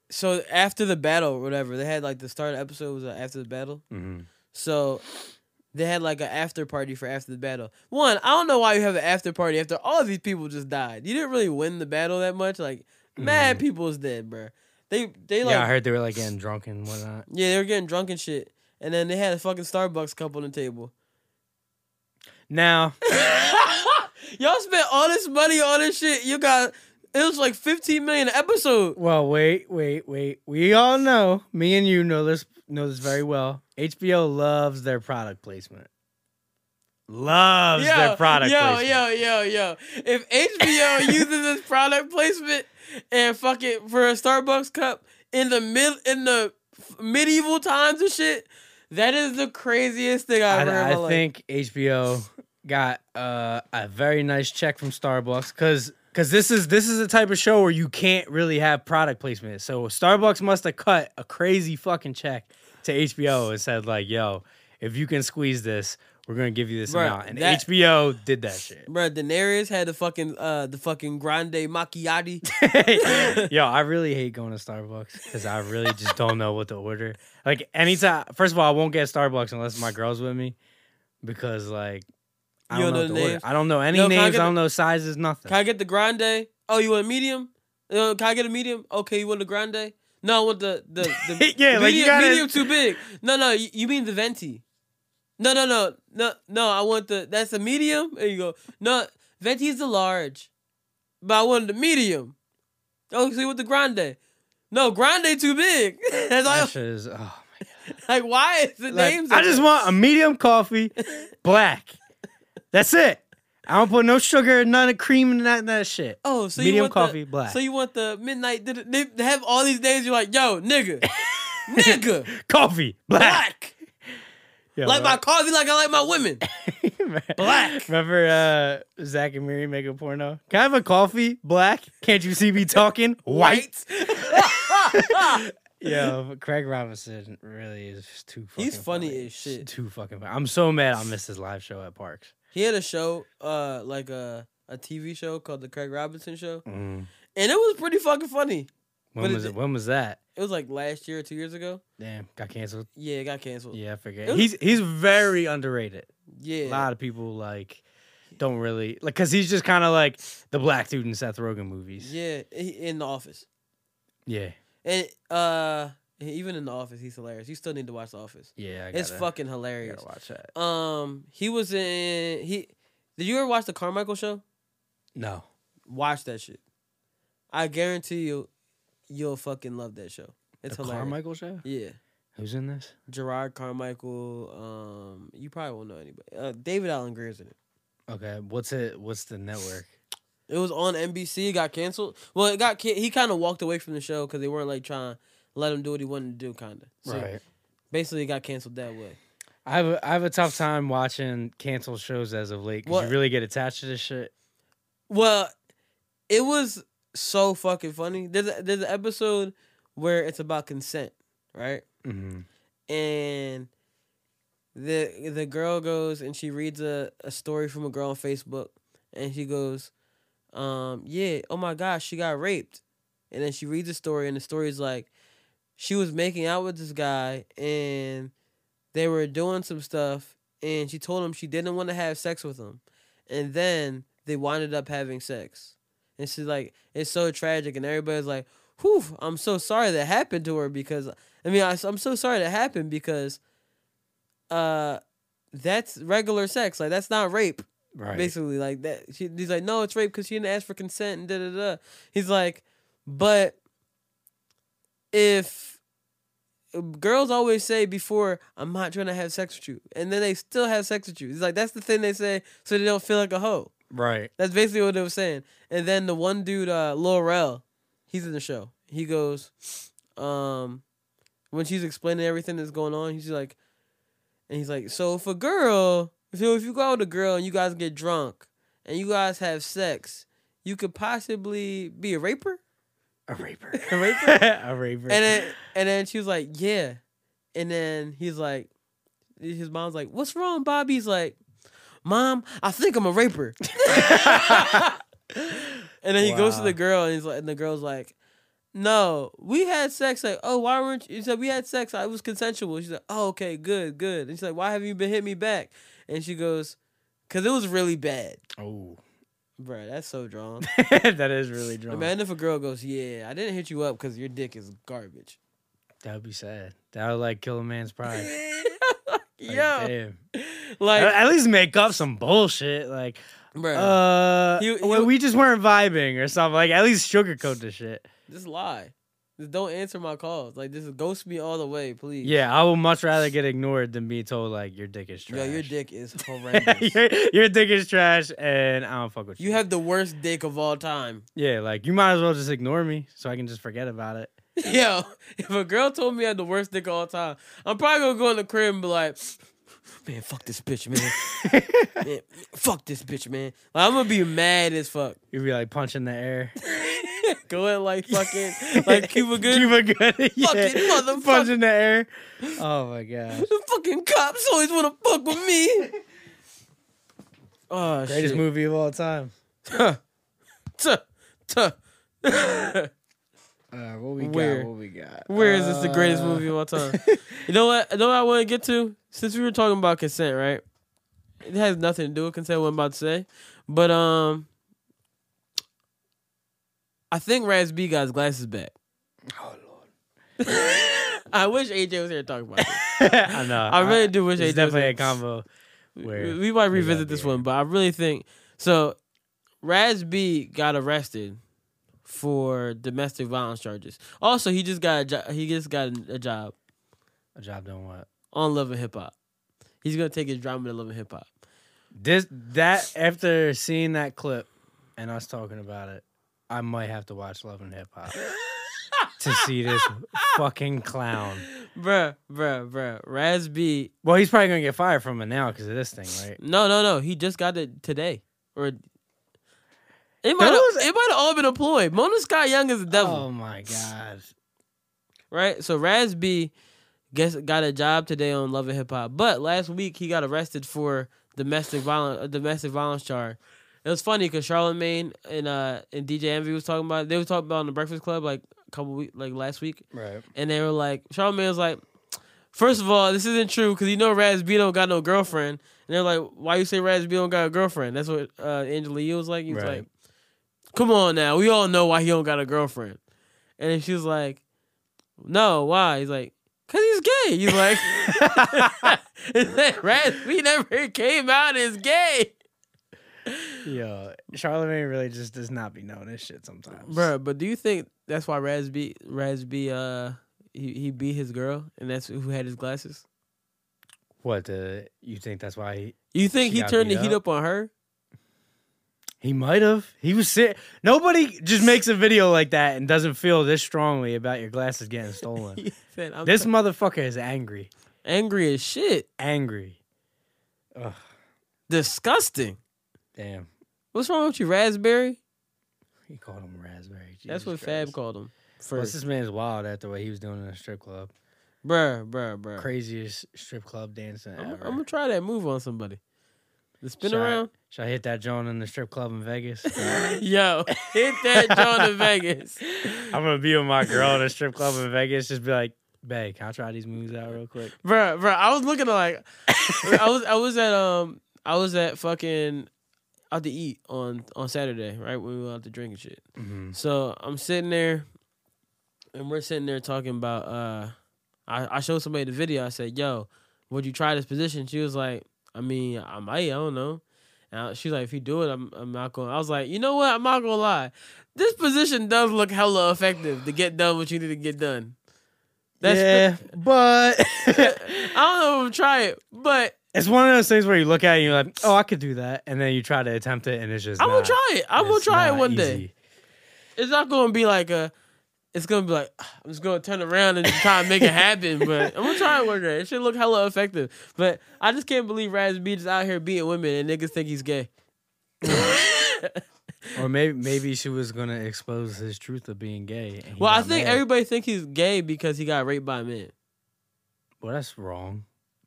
A: so after the battle or whatever, they had like the start of the episode was uh, after the battle.
E: Mm-hmm.
A: So they had like an after party for after the battle. One, I don't know why you have an after party after all these people just died. You didn't really win the battle that much. Like mad people is dead, bro. They they like
E: Mm-hmm. yeah, I
A: yeah,
E: heard they were like getting drunk and whatnot.
A: they were getting drunk and shit. And then they had a fucking Starbucks cup on the table.
E: Now,
A: Y'all spent all this money on this shit. You got it was like fifteen million an episode.
E: well, wait, wait, wait. We all know, me and you know this know this very well. HBO loves their product placement. Loves their product
A: yo,
E: placement.
A: yo, yo, yo. If HBO uses this product placement and fuck it for a Starbucks cup in the mid in the f- medieval times and shit, that is the craziest thing I've ever heard. in
E: I,
A: my
E: I
A: life.
E: think HBO got uh, a very nice check from Starbucks because because this is this is the type of show where you can't really have product placement. So Starbucks must have cut a crazy fucking check to HBO and said like, "Yo, if you can squeeze this, we're gonna give you this
A: Bruh,
E: amount." And
A: that-
E: HBO did that shit.
A: Bruh, Daenerys had the fucking uh the fucking grande macchiati.
E: Yo, I really hate going to Starbucks because I really just don't know what to order. Like anytime, first of all, I won't get Starbucks unless my girl's with me because like I
A: You don't
E: don't know,
A: know
E: what
A: the
E: to order.
A: names?
E: I don't know any
A: Yo, can I
E: names. I,
A: get a-
E: don't know sizes. Nothing.
A: Can I get the grande? Oh, you want a medium? Uh, can I get a medium? Okay, you want the grande? No, I want the the, the
E: Yeah,
A: medium,
E: like, you gotta-
A: medium too big. No, no, you, you mean the venti? No, no, no, no, no. I want the that's the medium. There you go. No, venti is the large, but I want the medium. Oh, so you want the grande? No, grande too big. that's
E: that
A: like,
E: shit is. Oh my
A: like why is the
E: Like,
A: names?
E: I
A: like
E: just
A: that?
E: want a medium coffee, black. That's it. I don't put no sugar, none of cream, and that, that shit.
A: Oh, so you
E: medium
A: want
E: coffee,
A: the,
E: black.
A: So you want the midnight? They they have all these names. You're like, yo, nigga, nigga,
E: coffee, black.
A: black.
E: Yo,
A: like my coffee, like I like my women.
E: black. Remember uh, Zach and Mary make a porno? Can I have a coffee? Black. Can't you see me talking? White. Yo, but Craig Robinson really is just too. Fucking
A: He's funny as shit.
E: Too fucking funny. I'm so mad I missed his live show at Parks.
A: He had a show, uh, like a a TV show called the Craig Robinson Show, and it was pretty fucking funny. What
E: When
A: is
E: was
A: Mm. it?
E: it? When was that?
A: It was like last year or two years ago.
E: Damn, got canceled.
A: Yeah, it got canceled. Yeah,
E: Yeah, I forget.
A: It was-
E: He's he's very underrated.
A: yeah.
E: A lot of people like don't really like because he's just kind of like the black dude in Seth Rogen movies.
A: he- in the office,
E: yeah,
A: and uh, even in the office, he's hilarious. You still need to watch the office.
E: yeah. I
A: It's
E: gotta-
A: fucking
E: I
A: hilarious.
E: gotta watch that.
A: Um, he was in he. Did you ever watch the Carmichael Show?
E: No,
A: Watch that shit. I guarantee you, you'll fucking love that show. It's
E: the
A: hilarious.
E: Carmichael show.
A: Yeah.
E: Who's in this?
A: Gerard Carmichael. Um, you probably won't know anybody. Uh, David Allen Greer's in it.
E: Okay, what's it? What's the network?
A: It was on NBC. It got canceled. Well, it got can- he kind of walked away from the show because they weren't like trying to let him do what he wanted to do, kind of. So Basically, it got canceled that way.
E: I have a, I have a tough time watching canceled shows as of late. 'cause
A: What-
E: you really get attached to this shit.
A: Well, it was so fucking funny. There's a, there's an episode where it's about consent, right?
E: Mm-hmm.
A: and the the girl goes and she reads a, a story from a girl on Facebook and she goes, um, yeah, oh my gosh, she got raped. and then she reads the story, and the story is like she was making out with this guy, and they were doing some stuff, and she told him she didn't want to have sex with him, and then they winded up having sex, and she's like, it's so tragic, and everybody's like, whew, I'm so sorry that happened to her because I mean I, I'm so sorry that happened because, uh, that's regular sex, like that's not rape.
E: Right.
A: Basically, like that. She, he's like, no, it's rape because she didn't ask for consent and da da da. He's like, but if girls always say before, I'm not trying to have sex with you, and then they still have sex with you. He's like, that's the thing they say so they don't feel like a hoe.
E: Right.
A: That's basically what they were saying. And then the one dude, uh, Laurel, he's in the show. He goes, um, when she's explaining everything that's going on, he's like, and he's like, so if a girl, if you, if you go out with a girl and you guys get drunk and you guys have sex, you could possibly be a raper.
E: A raper.
A: A raper?
E: a raper.
A: And then and then she was like, yeah. And then he's like, his mom's like, what's wrong, Bobby? He's like, mom, I think I'm a raper. and then he goes to
E: Wow.
A: the girl and he's like, and the girl's like, no, we had sex. Like, oh, why weren't you? He said, we had sex. I was consensual. She's like, oh, okay, good, good. And she's like, why haven't you been hit me back? And she goes, because it was really bad.
E: oh,
A: Bruh, that's so drawn.
E: that is really drunk.
A: Imagine if a girl goes, yeah, I didn't hit you up because your dick is garbage.
E: That would be sad. That would like kill a man's pride. Like,
A: Yo,
E: damn.
A: like,
E: at at least make up some bullshit. Like,
A: bro,
E: uh,
A: You-
E: well,
A: you-
E: we just weren't vibing or something. Like, at least sugarcoat the shit.
A: just lie. Just don't answer my calls. Like, just ghost me all the way, please.
E: Yeah, I would much rather get ignored than be told like your dick is trash.
A: Yo, your dick is horrendous.
E: your, your dick is trash, and I don't fuck with you.
A: you have the worst dick of all time.
E: yeah, like you might as well just ignore me so I can just forget about it.
A: Yo, if a girl told me I had the worst dick of all time, I'm probably gonna go in the crib and be like, man, fuck this bitch, man. man fuck this bitch, man. Like, I'm gonna be mad as fuck.
E: You'd be like punching the air.
A: go in like fucking, like Cuba Good.
E: Cuba Good. yeah.
A: Fucking motherfucker.
E: Punching the air. Oh my gosh.
A: The fucking cops always wanna fuck with me. Oh,
E: Greatest
A: shit.
E: movie of all time.
A: Tuh, tuh.
E: Uh, what we
A: Where?
E: got? What we got?
A: Where is this the greatest
E: Uh.
A: movie of all time? you know what? You know what I want to get to? Since we were talking about consent, right? It has nothing to do with consent. What I'm about to say, but um, I think Raz B got his glasses back.
E: Oh lord.
A: I wish AJ was here to talk about it.
E: I know.
A: I really do wish
E: It's
A: AJ was
E: definitely a
A: in.
E: combo.
A: We-
E: Where
A: we might
E: we
A: revisit
E: gotta
A: this
E: be
A: one, but I really think so. Raz B got arrested for domestic violence charges. Also, he just got a jo- he just got a job.
E: a job done what?
A: on Love and Hip Hop. He's gonna take his drama to Love and Hip Hop.
E: This that after seeing that clip and us talking about it, I might have to watch Love and Hip Hop to see this fucking clown.
A: Bruh, bruh, bruh. Raz B.
E: Well, he's probably gonna get fired from it now because of this thing, right?
A: No, no, no. He just got it today. Or it might
E: Those-
A: have, it might have all been a ploy. Mona Scott Young is the devil,
E: Oh my god.
A: right? So Raz B guess got a job today on Love and Hip Hop, but last week he got arrested for domestic violence a domestic violence charge. It was funny because Charlamagne and uh and DJ Envy was talking about they were talking about on the Breakfast Club like a couple week like last week
E: Right.
A: and they were like, Charlamagne was like, first of all, this isn't true because you know Raz B don't got no girlfriend. And they're like, why you say Raz B don't got a girlfriend? That's what uh, Angela Yee was like. He was
E: Right.
A: like, come on now, we all know why he don't got a girlfriend. And then she was like, no, why? He's like, cause he's gay. He's like, Raz B never came out as gay.
E: Yo, Charlemagne really just does not be knowing this shit sometimes.
A: Bruh, but do you think that's why Raz B, Raz B, uh, he, he beat his girl and that's who had his glasses?
E: What the you think that's why he
A: You think
E: She
A: he
E: got
A: turned the
E: beat
A: heat
E: up?
A: up on her?
E: He might have. He was sit. Nobody just makes a video like that and doesn't feel this strongly about your glasses getting stolen.
A: He said, I'm
E: this motherfucker is angry.
A: angry as shit.
E: Angry.
A: Disgusting.
E: Damn.
A: What's wrong with you, Raspberry?
E: He called him raspberry.
A: That's
E: Jesus
A: what
E: Christ.
A: Fab called him.
E: Plus,
A: First.
E: this man's wild after what he was doing in a strip club.
A: Bruh, bruh, bruh.
E: Craziest strip club dancing
A: I'm,
E: ever.
A: I'm gonna try that move on somebody. The spin
E: Should I-
A: around?
E: Should I hit that joint in the strip club in Vegas?
A: Yo, hit that John in Vegas.
E: I'm gonna be with my girl in a strip club in Vegas. Just be like, babe, can I try these moves out real quick?
A: Bruh, bruh, I was looking at like I was I was at um I was at fucking out to eat on on Saturday, right? When we went out to drink and shit. So I'm sitting there and we're sitting there talking about uh I, I showed somebody the video, I said, Yo, would you try this position? She was like, I mean, I might, I don't know. And I, she's like, if you do it, I'm, I'm not going. I was like, you know what? I'm not gonna lie. This position does look hella effective to get done what you need to get done. That's
E: but
A: I don't know if I'm try it, but
E: it's one of those things where you look at it and you're like, oh, I could do that, and then you try to attempt it, and it's just
A: I'm gonna
E: not-
A: try it. I'm gonna
E: it's
A: try it
E: not
A: one day.
E: easy.
A: It's not gonna be like a. It's gonna be like "Ah, I'm just gonna turn around and just try and make it happen. But I'm gonna try it one day. It should look hella effective. But I just can't believe Raz B is out here beating women and niggas think he's gay.
E: Or maybe maybe she was gonna expose his truth of being gay. and he
A: Well, I
E: got
A: think
E: mad.
A: everybody thinks he's gay because he got raped by a man.
E: well that's wrong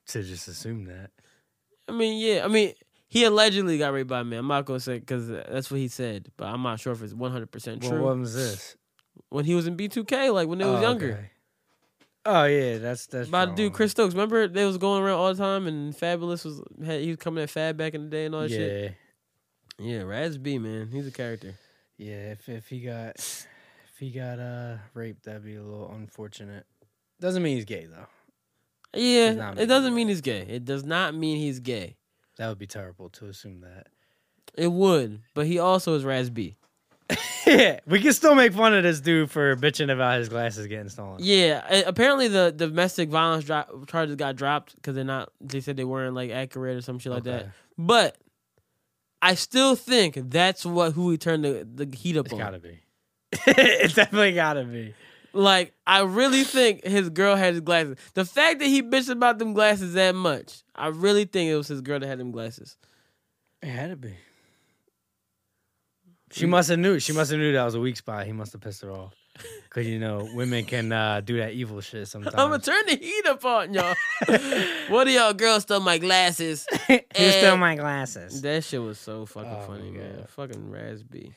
E: to just assume that.
A: I mean, yeah. I mean, he allegedly got raped by a man. I'm not gonna say because that's what he said, but I'm not sure if it's 100 percent
E: Well,
A: true.
E: when was this?
A: when he was in B2K, like when they
E: Oh,
A: was younger.
E: okay. Oh yeah, that's that's
A: About to
E: wrong.
A: do Chris Stokes. Remember they was going around all the time and Fabulous was had, he was coming at Fab back in the day and all
E: Yeah,
A: that shit. Yeah, Raz B man, he's a character.
E: yeah. If if he got if he got uh raped, that'd be a little unfortunate. Doesn't mean he's gay though.
A: Yeah,
E: Does not
A: it
E: mean
A: doesn't
E: he's
A: mean he's gay. It does not mean he's gay.
E: That would be terrible to assume that.
A: It would, but he also is Raz B.
E: Yeah, we can still make fun of this dude for bitching about his glasses getting stolen.
A: Yeah, a- apparently the domestic violence dro- charges got dropped because they're not. They said they weren't like accurate or some shit like that.
E: Okay.
A: But I still think that's what who he turned the, the heat up
E: It's
A: on.
E: gotta be. it's definitely gotta be.
A: Like, I really think his girl had his glasses. The fact that he bitched about them glasses that much, I really think it was his girl that had them glasses.
E: It had to be. She must have knew. She must have knew that was a weak spot. He must have pissed her off. Cause you know women can uh, do that evil shit sometimes.
A: I'm gonna turn the heat up on y'all. One of y'all girls stole my glasses.
E: Here's still
A: Eh.
E: my glasses.
A: That shit was so fucking
E: Oh,
A: funny,
E: my
A: man.
E: God.
A: Fucking Raspy.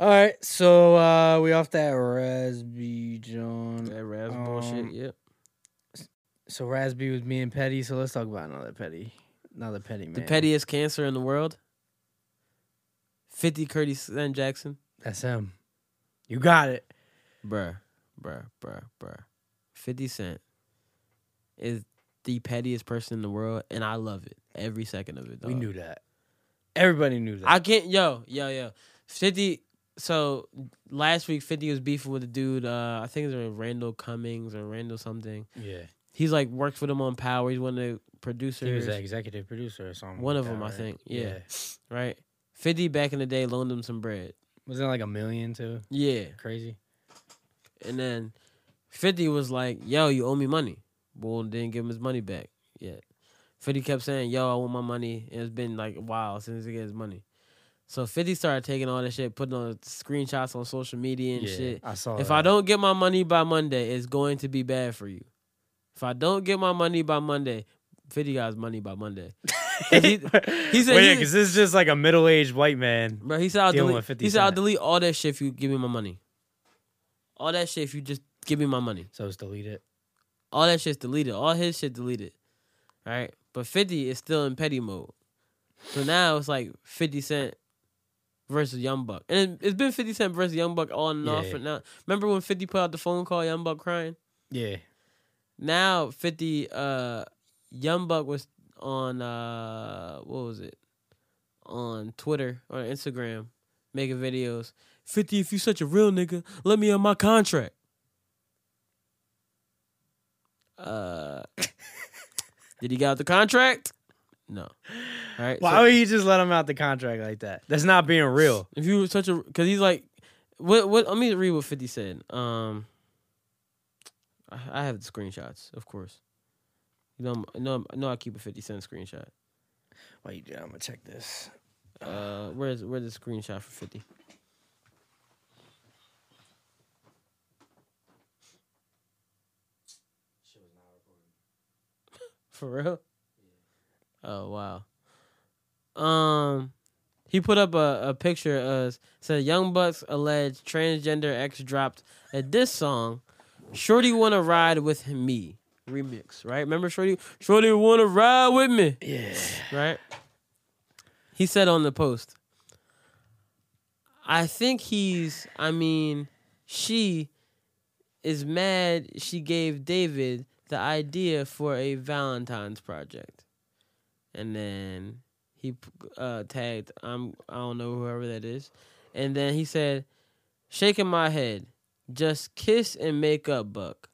E: All right, so uh, we off that Rasby John.
A: That Raz
E: Um,
A: bullshit, yep.
E: So Rasby was being petty. So let's talk about another petty, another petty man.
A: The pettiest cancer in the world. 50 Curtis Len Jackson.
E: That's him. You got it.
A: bruh, bruh, bruh, bruh. 50 Cent is the pettiest person in the world, and I love it. Every second of it,
E: We
A: dog.
E: knew that. Everybody knew that.
A: I can't, yo, yo, yo. 50, so last week, 50 was beefing with a dude, uh, I think it was Randall Cummings or Randall something.
E: yeah,
A: He's like worked with him on Power. He's one of the
E: he was
A: producers,
E: an executive producer or something.
A: One
E: like
A: of
E: that,
A: 'em, I
E: right?
A: think. Yeah. right? 50 back in the day loaned him some bread.
E: Wasn't it like a million too?
A: Yeah.
E: Crazy.
A: And then 50 was like, yo, you owe me money. Bull didn't give him his money back yet. 50 kept saying, yo, I want my money. And it's been like a while since he got his money. So 50 started taking all this shit, putting on screenshots on social media and
E: yeah,
A: shit.
E: I saw.
A: If
E: that.
A: I don't get my money by Monday, it's going to be bad for you. If I don't get my money by Monday, 50 got his money by Monday. 'Cause he, he said,
E: Well, yeah,
A: he-
E: because this is just like a middle-aged white man.
A: Bro, he said I'll
E: Dealing
A: delete.
E: with 50
A: He said I'll
E: Cent.
A: delete all that shit if you give me my money. All that shit if you just give me my money.
E: So it's deleted.
A: All that shit's deleted. All his shit deleted. All right, but Fifty is still in petty mode. So now it's like Fifty Cent versus Young Buck, and it- it's been Fifty Cent versus Young Buck on and off.
E: Yeah.
A: And now, remember when Fifty put out the phone call, Young Buck crying.
E: Yeah.
A: Now Fifty, uh, Young Buck was on uh, what was it? On Twitter or Instagram, making videos. Fifty, if you such a real nigga, let me on my contract. Uh, did he get out the contract? No. All right.
E: Why
A: so
E: would he just let him out the contract like that? That's not being real.
A: if you were such a, because he's like, what? What? Let me read what Fifty said. Um, I, I have the screenshots, of course. You know, I'm- I know, I'm- I know. I keep a Fifty Cent screenshot.
E: Wait, dude, I'm gonna check this.
A: Uh, where's where's the screenshot for Fifty? For real? Oh wow. um he put up a, a picture of said Young Bucks alleged transgender ex dropped at this song. Shorty wanna ride with me remix, right? Remember Shorty Shorty wanna ride with me. Yeah. Right? He said on the post. I think he's I mean, she is mad she gave David the idea for a Valentine's project. And then he uh, tagged I'm I don't know whoever that is, and then he said, shaking my head, just kiss and make up, Buck.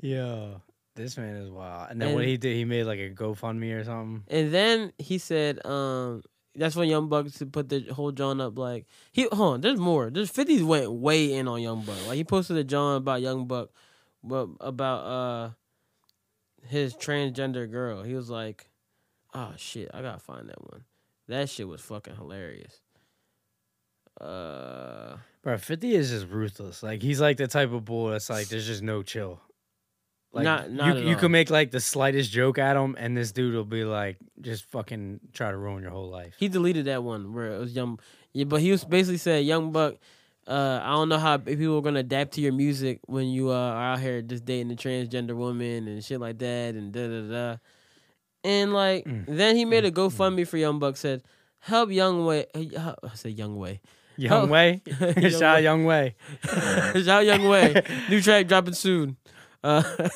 E: Yo, this man is wild. And then
A: And-
E: what he did, he made like a GoFundMe or something.
A: And then he said, um, that's when Young Buck s- put the whole John up. Like he, hold on, there's more. There's 50 went way in on Young Buck. Like he posted a John about Young Buck, but about uh his transgender girl. He was like, oh shit, I gotta find that one. That shit was fucking hilarious. Uh.
E: Bro, 50 is just ruthless. Like he's like the type of bull that's like there's just no chill. Like
A: Not- not
E: you
A: at
E: you
A: all.
E: can make like the slightest joke at him and this dude will be like just fucking try to ruin your whole life.
A: He deleted that one where it was young, yeah, but he was basically said, "Young Buck, uh, I don't know how if people are gonna adapt to your music when you uh, are out here just dating a transgender woman and shit like that and da da da." And like
E: Mm.
A: then he made a GoFundMe for Young Buck. Said, "Help Young Way." uh, I said Young Way.
E: Young
A: Oh.
E: Way.
A: Young
E: Shout out
A: Wei.
E: Young Way.
A: Shout Young Way. New track dropping soon. Uh,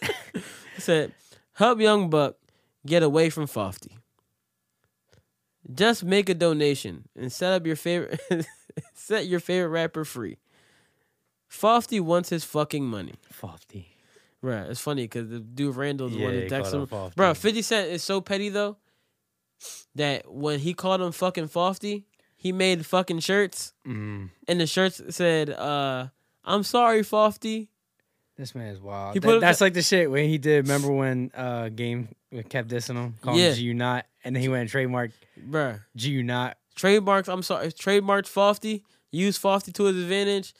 A: said, help Young Buck get away from Fofty. Just make a donation and set up your favorite set your favorite rapper free. Fofty wants his fucking money.
E: 50.
A: Right. It's funny because the dude Randall's the one
E: Yeah,
A: that
E: he
A: decks
E: called
A: him.
E: him Fofty.
A: Bro, 50 Cent is so petty though that when he called him fucking Fofty, he made fucking shirts
E: Mm.
A: and the shirts said, uh, "I'm sorry, Fofty."
E: This man is wild.
A: He
E: That-
A: put up
E: that's like the shit when he did. Remember when uh game kept dissing him, calling
A: Yeah.
E: him G U not, and then he went and trademarked
A: Bruh.
E: G U not.
A: Trademarks. I'm sorry. Trademarked Fofty. Used Fofty to his advantage.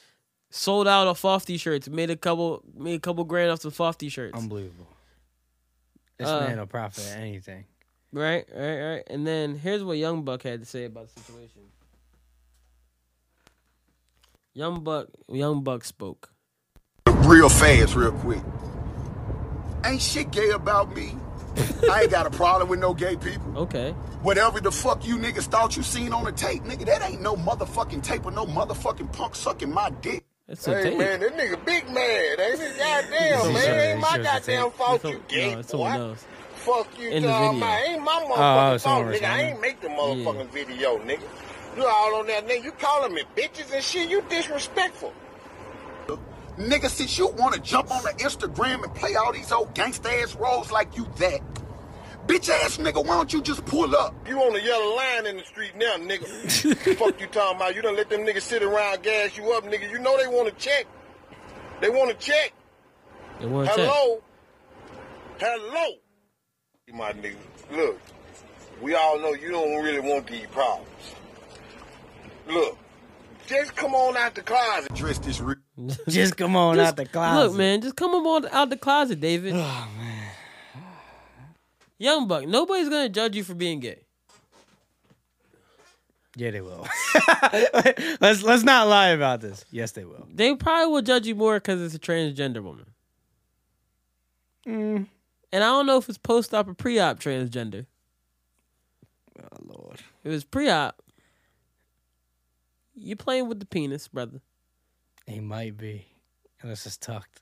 A: Sold out of Fofty shirts. Made a couple. Made a couple grand off some Fofty shirts.
E: Unbelievable. This
A: Uh,
E: man will profit at anything.
A: Right, right, right. And then here's what Young Buck had to say about the situation. Young Buck, Young Buck spoke.
H: real fast, real quick. Ain't shit gay about me. I ain't got a problem with no gay people.
A: Okay,
H: Whatever the fuck you niggas thought you seen on the tape, nigga, that ain't no motherfucking tape or no motherfucking punk sucking my dick.
A: that's a take.
H: that nigga big mad, ain't it?
E: He
H: Goddamn,
E: shows it- he shows the tape.
H: fault
A: So- no, it's someone else.
H: Fuck you,
A: In the
H: dog.
A: video.
H: Man, ain't my
E: Oh,
H: motherfucking
E: oh,
H: fault,
E: someone
H: nigga. I
E: responded.
H: ain't make the motherfucking video, nigga. You all on that nigga. You calling me bitches and shit. You disrespectful. Nigga, since you want to jump on the Instagram and play all these old gangsta ass roles like you that, bitch ass nigga, why don't you just pull up? You on the yellow line in the street now, nigga. Fuck you talking about? You done let them niggas sit around gas you up, nigga. You know they want to check. They want to check.
A: It was
H: Hello. Hello. You My nigga, look, we all know you don't really want these problems. Look, just come on out the closet. Dress this re-
E: Just come on out the closet. Oh,
A: Look, man, just come on out- out the closet, David. Young Buck, nobody's gonna judge you for being gay.
E: Yeah, they will. let's let's not lie about this. Yes, they will.
A: They probably will judge you more because it's a transgender woman.
E: Mm.
A: And I don't know if it's post op or pre op transgender.
E: Oh Lord.
A: If it's pre op, you're playing with the penis, brother.
E: He might be. Unless it's tucked.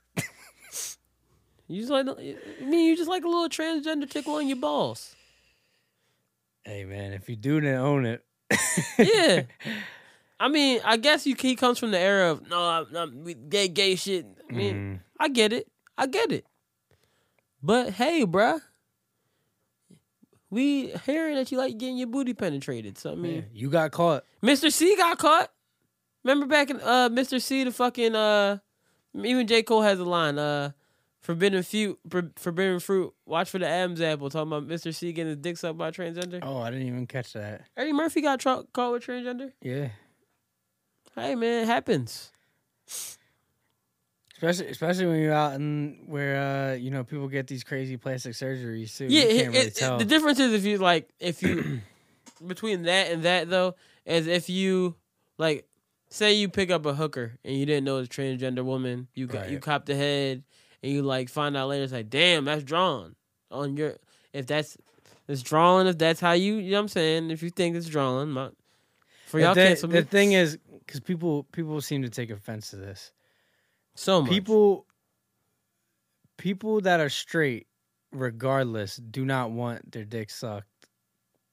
A: You just like, I mean, you just like a little transgender tickle on your balls.
E: Hey man, if you do then own it.
A: Yeah. I mean, I guess you he comes from the era of no, I'm, I'm we- gay, gay shit. I mean,
E: Mm.
A: I get it, I get it. But hey, bruh, we hearing that you like getting your booty penetrated. So I mean,
E: Yeah, you got caught.
A: Mr. C got caught. Remember back in uh Mr. C the fucking uh even J. Cole has a line, uh Forbidden Fruit for, Forbidden Fruit, watch for the Adam's apple, talking about Mr. C getting his dick sucked by a transgender.
E: Oh, I didn't even catch that.
A: Eddie Murphy got tra- caught with transgender.
E: Yeah.
A: Hey man, it happens.
E: Especially, especially when you're out and where uh, you know people get these crazy plastic surgeries too.
A: Yeah,
E: you
A: it,
E: can't really
A: it-
E: tell.
A: the difference is if you like if you between that and that though is if you like say you pick up a hooker and you didn't know it's a transgender woman, you got you
E: Right.
A: copped the head and you like find out later it's like damn that's drawn on your if that's it's drawn if that's how you you know what I'm saying if you think it's drawn my, for
E: The
A: y'all
E: thi-
A: cancel me
E: the thing is, because people people seem to take offense to this.
A: so much
E: people people that are straight regardless do not want their dick sucked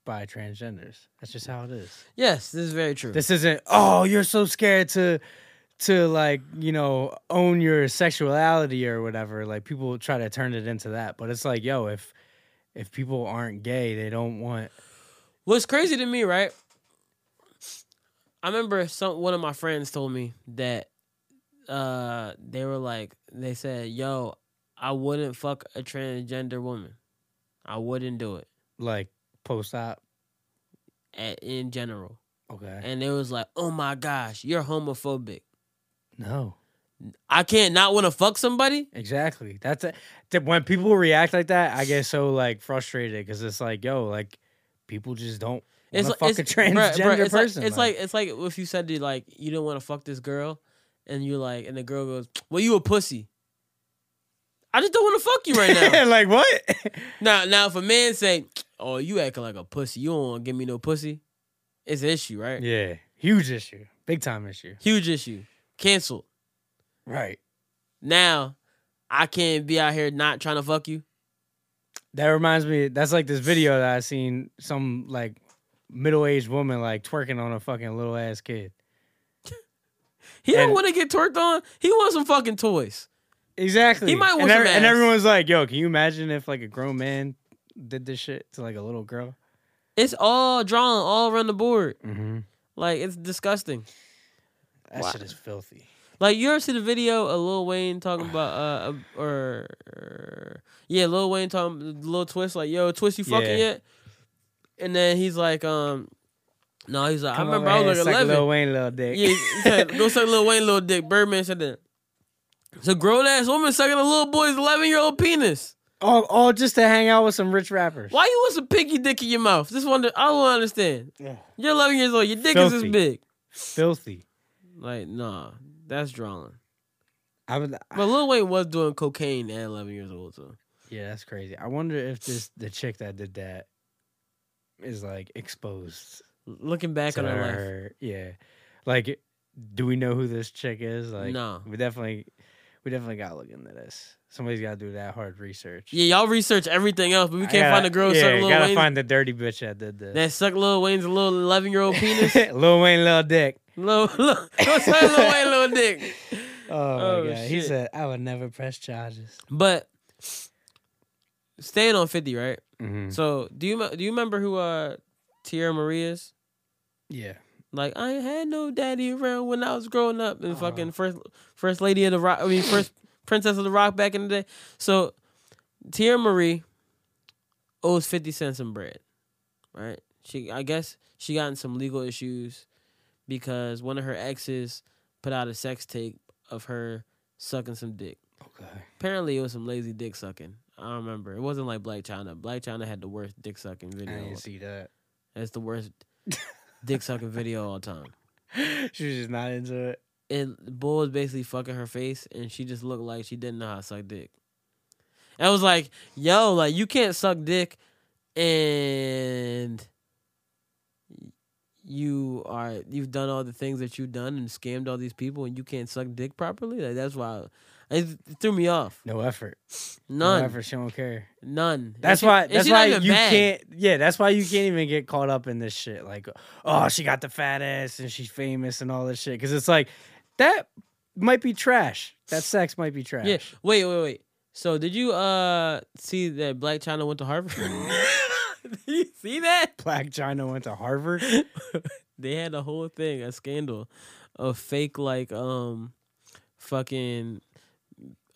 E: by transgenders that's just how it is
A: yes this is very true
E: this isn't oh you're so scared to to like you know own your sexuality or whatever like people try to turn it into that but it's like yo if if people aren't gay they don't want
A: What's crazy to me, right? I remember some one of my friends told me that uh they were like they said, "Yo, I wouldn't fuck a transgender woman. I wouldn't do it
E: like post-op
A: at, in general."
E: okay
A: And it was like, "Oh my gosh, you're homophobic.
E: no
A: I can't not want to fuck somebody."
E: Exactly. That's it. Th- When people react like that, I get so like frustrated because it's like, yo, like people just don't want to
A: like-
E: fuck a transgender
A: bruh, bruh, it's like-
E: person.
A: it's like, it's like if you said to like you don't want to fuck this girl, and you're like, and the girl goes, "Well, you a pussy." I just don't want to fuck you right now.
E: like what?
A: Now, now, if a man say, "Oh, you acting like a pussy. You don't want to give me no pussy," it's an issue, right?
E: yeah, huge issue, big time issue.
A: Huge issue. Cancel.
E: Right.
A: Now, I can't be out here not trying to fuck you.
E: That reminds me. That's like this video that I seen some like middle aged woman like twerking on a fucking little ass kid.
A: He don't
E: And-
A: want to get twerked on. He wants some fucking toys.
E: Exactly.
A: He might want
E: and,
A: some
E: and
A: ass.
E: everyone's like, yo, can you imagine if like a grown man did this shit to like a little girl?
A: It's all drawn all around the board.
E: Mm-hmm.
A: Like it's disgusting.
E: That shit is filthy.
A: Like you ever see the video of Lil Wayne talking about uh uh, or, or- yeah Lil Wayne talking Lil Twist like yo Twist you fucking
E: Yeah.
A: yet? And then he's like um no he's like
E: Come
A: I remember
E: over
A: I
E: here
A: was
E: and
A: like
E: suck
A: eleven.
E: Lil Wayne, little dick.
A: Yeah, he said, go suck Lil Wayne, little dick. Birdman said that. It's a grown ass woman sucking a little boy's 11 year old penis.
E: all, all just to hang out with some rich rappers.
A: Why you want some pinky dick in your mouth? This one, I don't understand.
E: Yeah.
A: You're 11 years old. Your dick is
E: Filthy.
A: this big.
E: Filthy.
A: Like, nah, that's drawing.
E: I would.
A: But Lil Wayne was doing cocaine at 11 years old, so.
E: yeah, that's crazy. I wonder if this the chick that did that is like exposed
A: Looking back
E: to
A: on her life.
E: her. Yeah, like, do we know who this chick is? Like,
A: No.
E: We definitely, we definitely got to look into this. Somebody's got to do that hard research.
A: Yeah, y'all research everything else, but we
E: I
A: can't
E: gotta-
A: find a girl
E: Yeah,
A: sucking Lil
E: gotta
A: Wayne's-
E: find the dirty bitch that did this.
A: that sucked Lil Wayne's little 11 year old penis.
E: Lil Wayne, little dick.
A: Lil, Lil, don't suck Lil Wayne, little dick.
E: Oh,
A: Oh,
E: my god, he
A: shit.
E: said I would never press charges.
A: But staying on 50, right?
E: Mm-hmm.
A: So do you do you remember who uh Tierra Marie is?
E: Yeah.
A: Like I ain't had no daddy around when I was growing up, and fucking first first lady of the rock. I mean first princess of the rock back in the day. So Tierra Marie owes fifty cents in bread, right? She I guess she got in some legal issues because one of her exes put out a sex tape of her sucking some dick.
E: Okay.
A: Apparently, it was some lazy dick sucking. I don't remember. It wasn't like Black China. Black China had the worst dick sucking
E: I
A: video.
E: didn't see that.
A: That's the worst dick sucking video of all time.
E: she was just not into it.
A: And the boy was basically fucking her face, and she just looked like she didn't know how to suck dick. I was like, yo, like you can't suck dick, and you are you've done all the things that you've done and scammed all these people, and you can't suck dick properly. Like that's why it threw me off.
E: No effort. No
A: None,
E: effort. She don't care.
A: none. And
E: That's
A: she-
E: why.
A: and
E: That's
A: she not
E: why
A: even
E: you
A: bad.
E: can't. Yeah. That's why you can't even get caught up in this shit. Like, oh, she got the fat ass and she's famous and all this shit. Because it's like that might be trash. That sex might be trash.
A: Yeah. Wait, wait, wait. So did you uh see that Black China went to Harvard? did you see that?
E: Black China went to Harvard.
A: They had a whole thing, a scandal of fake like um fucking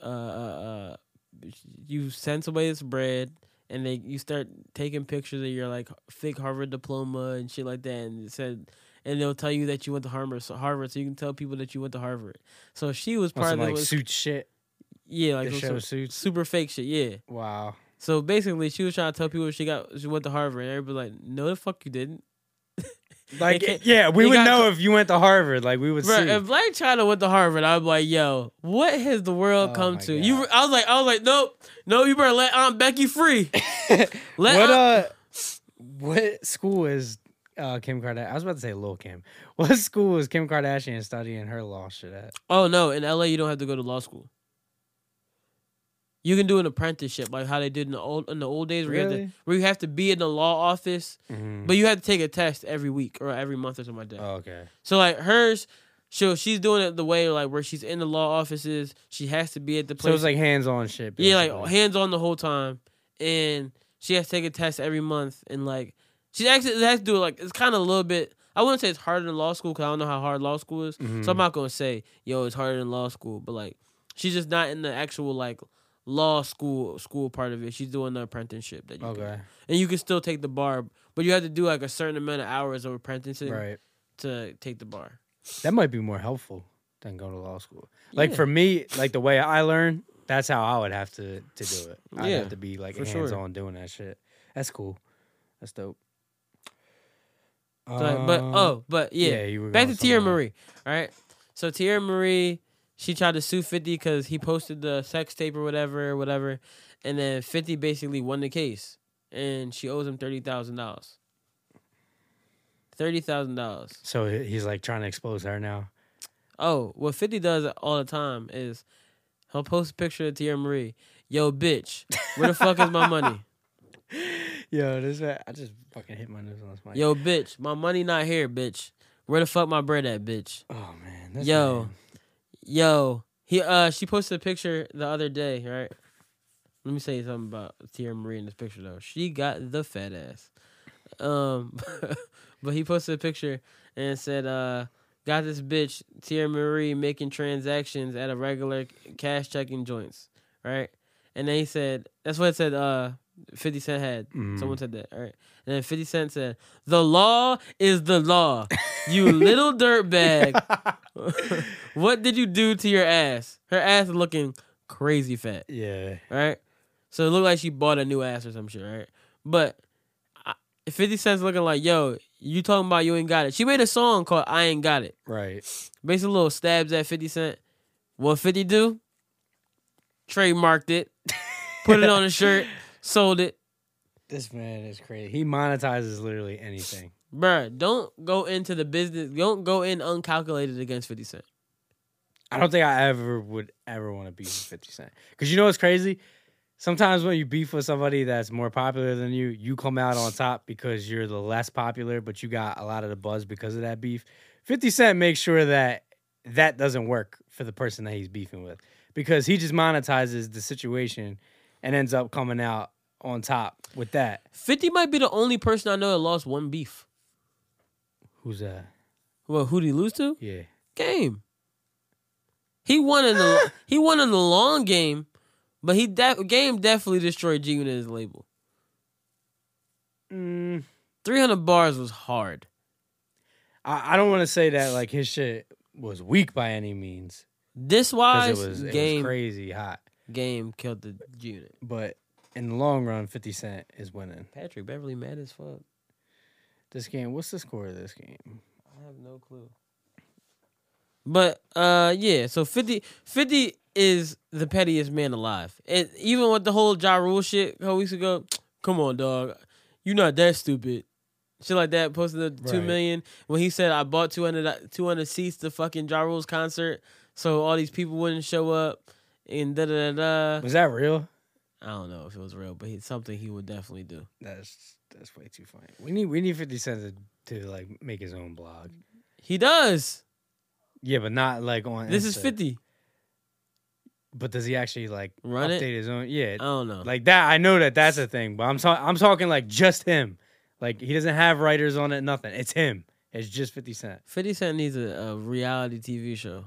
A: uh uh, uh you send somebody this bread and they you start taking pictures of your like fake Harvard diploma and shit like that and it said and they'll tell you that you went to Harvard, so Harvard, so you can tell people that you went to Harvard. So she was
E: On
A: part
E: some,
A: of
E: like
A: was,
E: suit shit.
A: yeah, like
E: the
A: those
E: show
A: some
E: suits.
A: super fake shit, yeah.
E: Wow.
A: So basically, she was trying to tell people she got she went to Harvard, and everybody like, no, the fuck you didn't.
E: Like
A: can't-
E: yeah, we
A: you
E: would
A: got-
E: know if you went to Harvard. Like we would
A: Bruh,
E: see.
A: if Black China went to Harvard, I'd be like, yo, what has the world
E: Oh
A: come
E: my
A: to?
E: God.
A: You, I was like, I was like, nope, no, you better let Aunt Becky free. let
E: what
A: Aunt-
E: uh, what school is uh Kim Kardashian? I was about to say Lil Kim. What school is Kim Kardashian studying her law shit at?
A: oh no, in LA you don't have to go to law school. You can do an apprenticeship, like how they did in the old in the old days, where, you, have
E: Really?
A: to, where you have to be in the law office,
E: Mhm.
A: but you have to take a test every week or every month or something like that.
E: Oh, okay.
A: So like hers, so she's doing it the way like where she's in the law offices, she has to be at the
E: So
A: place.
E: it was like hands on shit. Basically.
A: yeah, like hands on the whole time, and she has to take a test every month, and like she actually has to do it, like it's kind of a little bit. I wouldn't say it's harder than law school because I don't know how hard law school is,
E: Mm-hmm.
A: so I'm not gonna say yo it's harder than law school, but like she's just not in the actual like law school school part of it. She's doing the apprenticeship that you can
E: Okay.
A: do. and you can still take the bar, but you have to do like a certain amount of hours of apprenticing
E: Right.
A: to take the bar.
E: That might be more helpful than go to law school. Like
A: Yeah.
E: for me, like the way I learn, that's how I would have to to do it. I'd
A: Yeah,
E: have to be like
A: for
E: hands
A: sure.
E: on doing that shit. That's cool. That's dope.
A: So, like, but
E: Um,
A: oh, but yeah.
E: yeah, you were
A: Back to
E: going
A: Tierra
E: somewhere.
A: Marie. All right. So Tierra Marie, she tried to sue Fifty because he posted the sex tape or whatever, or whatever, and then Fifty basically won the case, and she owes him thirty thousand dollars. Thirty thousand dollars.
E: so he- he's like trying to expose her now.
A: Oh, what Fifty does all the time is he'll post a picture of Tierra Marie. Yo, bitch, where the fuck is my money?
E: Yo, this man, I just fucking hit my nose on this mic.
A: Yo, bitch, my money not here, bitch. Where the fuck my bread at, bitch?
E: oh man, this
A: Yo.
E: man.
A: Yo, he uh she posted a picture the other day, right? Let me say something about Tierra Marie in this picture though. She got the fat ass. Um but he posted a picture and said uh got this bitch Tierra Marie making transactions at a regular cash checking joints, right? And then he said that's what it said uh 50 Cent had. Someone said that, all right. And then 50 Cent said, "The law is the law. You little dirtbag." what did you do to your ass? Her ass is looking crazy fat,
E: yeah,
A: right? So it looked like she bought a new ass or some shit, right? But I- 50 Cent's looking like, yo, you talking about you ain't got it. She made a song called I Ain't Got It.
E: right.
A: Basically, little stabs at 50 Cent. What 50 do? Trademarked it, put it on a shirt, sold it.
E: This man is crazy. He monetizes literally anything.
A: Bruh, don't go into the business. Don't go in uncalculated against 50 Cent.
E: I don't think I ever would ever want to beef with 50 Cent. Because you know what's crazy? Sometimes when you beef with somebody that's more popular than you, you come out on top because you're the less popular, but you got a lot of the buzz because of that beef. 50 Cent makes sure that that doesn't work for the person that he's beefing with because he just monetizes the situation and ends up coming out on top with that.
A: 50 might be the only person I know that lost one beef.
E: Who's that?
A: Well, who did he lose to?
E: Yeah.
A: game. He won in the he won in the long game, but he de- game definitely destroyed G Unit his label.
E: Mm,
A: Three hundred bars was hard.
E: I, I don't want to say that like his shit was weak by any means
A: This
E: because
A: wise
E: it was, it was
A: game
E: crazy hot.
A: game killed the G Unit.
E: but in the long run, 50 Cent is winning.
A: Patrick Beverly mad as fuck.
E: This game, what's the score of this game?
A: I have no clue. But uh yeah, so 50, 50 is the pettiest man alive. And even with the whole Ja Rule shit a couple weeks ago, come on, dog. You're not that stupid. Shit like that, posted the two
E: Right.
A: million when he said I bought 200, 200 seats to fucking Ja Rule's concert, so all these people wouldn't show up and da da da da.
E: Was that real?
A: I don't know if it was real, but it's something he would definitely do.
E: That's that's way too funny. We need we need 50 Cent to, to like make his own blog.
A: He does.
E: Yeah, but not like on
A: This is
E: Insta.
A: fifty.
E: But does he actually like
A: Run it? Uh.
E: update his own?
A: I
E: Yeah,
A: don't know.
E: like that. I know that that's a thing, but I'm ta- I'm talking like just him. Like he doesn't have writers on it. Nothing. It's him. It's just 50 Cent.
A: Fifty Cent needs a, a reality TV show.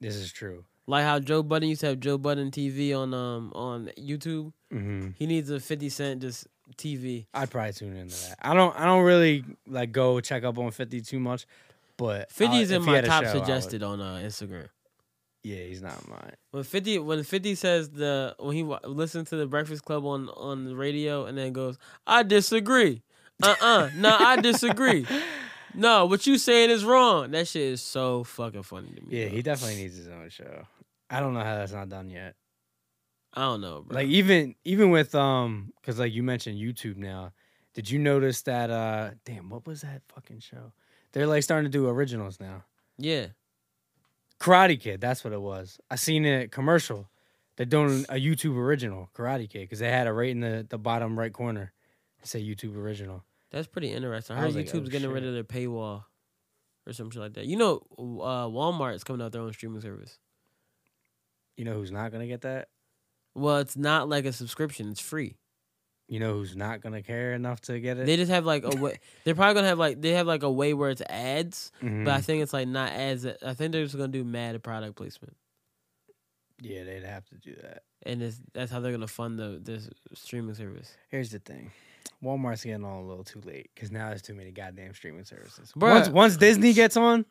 E: This is true.
A: Like how Joe Budden used to have Joe Budden TV on um on YouTube.
E: Mm-hmm.
A: He needs a Fifty Cent just TV.
E: I'd probably tune into that. I don't. I don't really like go check up on Fifty too much, but
A: 50
E: I-
A: is in
E: if he
A: my
E: had a
A: top
E: show, I would-
A: suggested on uh, Instagram.
E: Yeah, he's not mine.
A: When fifty, when fifty says the when he wa- listens to the Breakfast Club on on the radio and then goes, I disagree. Uh uh no, I disagree. No, what you saying is wrong. That shit is so fucking funny to me.
E: Yeah,
A: bro.
E: he definitely needs his own show. I don't know how that's not done yet.
A: I don't know, bro.
E: Like even even with um, because like you mentioned YouTube now. Did you notice that? uh Damn, what was that fucking show? They're like starting to do originals now.
A: yeah,
E: Karate Kid, that's what it was. I seen a commercial. They're doing a YouTube original, Karate Kid, because they had it right in the, the bottom right corner. It said YouTube original.
A: that's pretty interesting. I
E: I
A: heard
E: was like,
A: YouTube's
E: oh,
A: getting rid of
E: shit.
A: their paywall or some shit like that. You know, uh, Walmart's coming out their own streaming service.
E: You know who's not gonna get that?
A: Well, it's not like a subscription; it's free.
E: You know who's not gonna care enough to get it?
A: They just have like a way. They're probably gonna have like they have like a way where it's ads,
E: Mhm.
A: But I think it's like not as I think they're just gonna do mad product placement,
E: yeah, they'd have to do that.
A: and it's, that's how they're gonna fund the this streaming service.
E: Here's the thing. Walmart's getting on a little too late because now there's too many goddamn streaming services. Once,
A: Bruh.
E: once Disney gets on,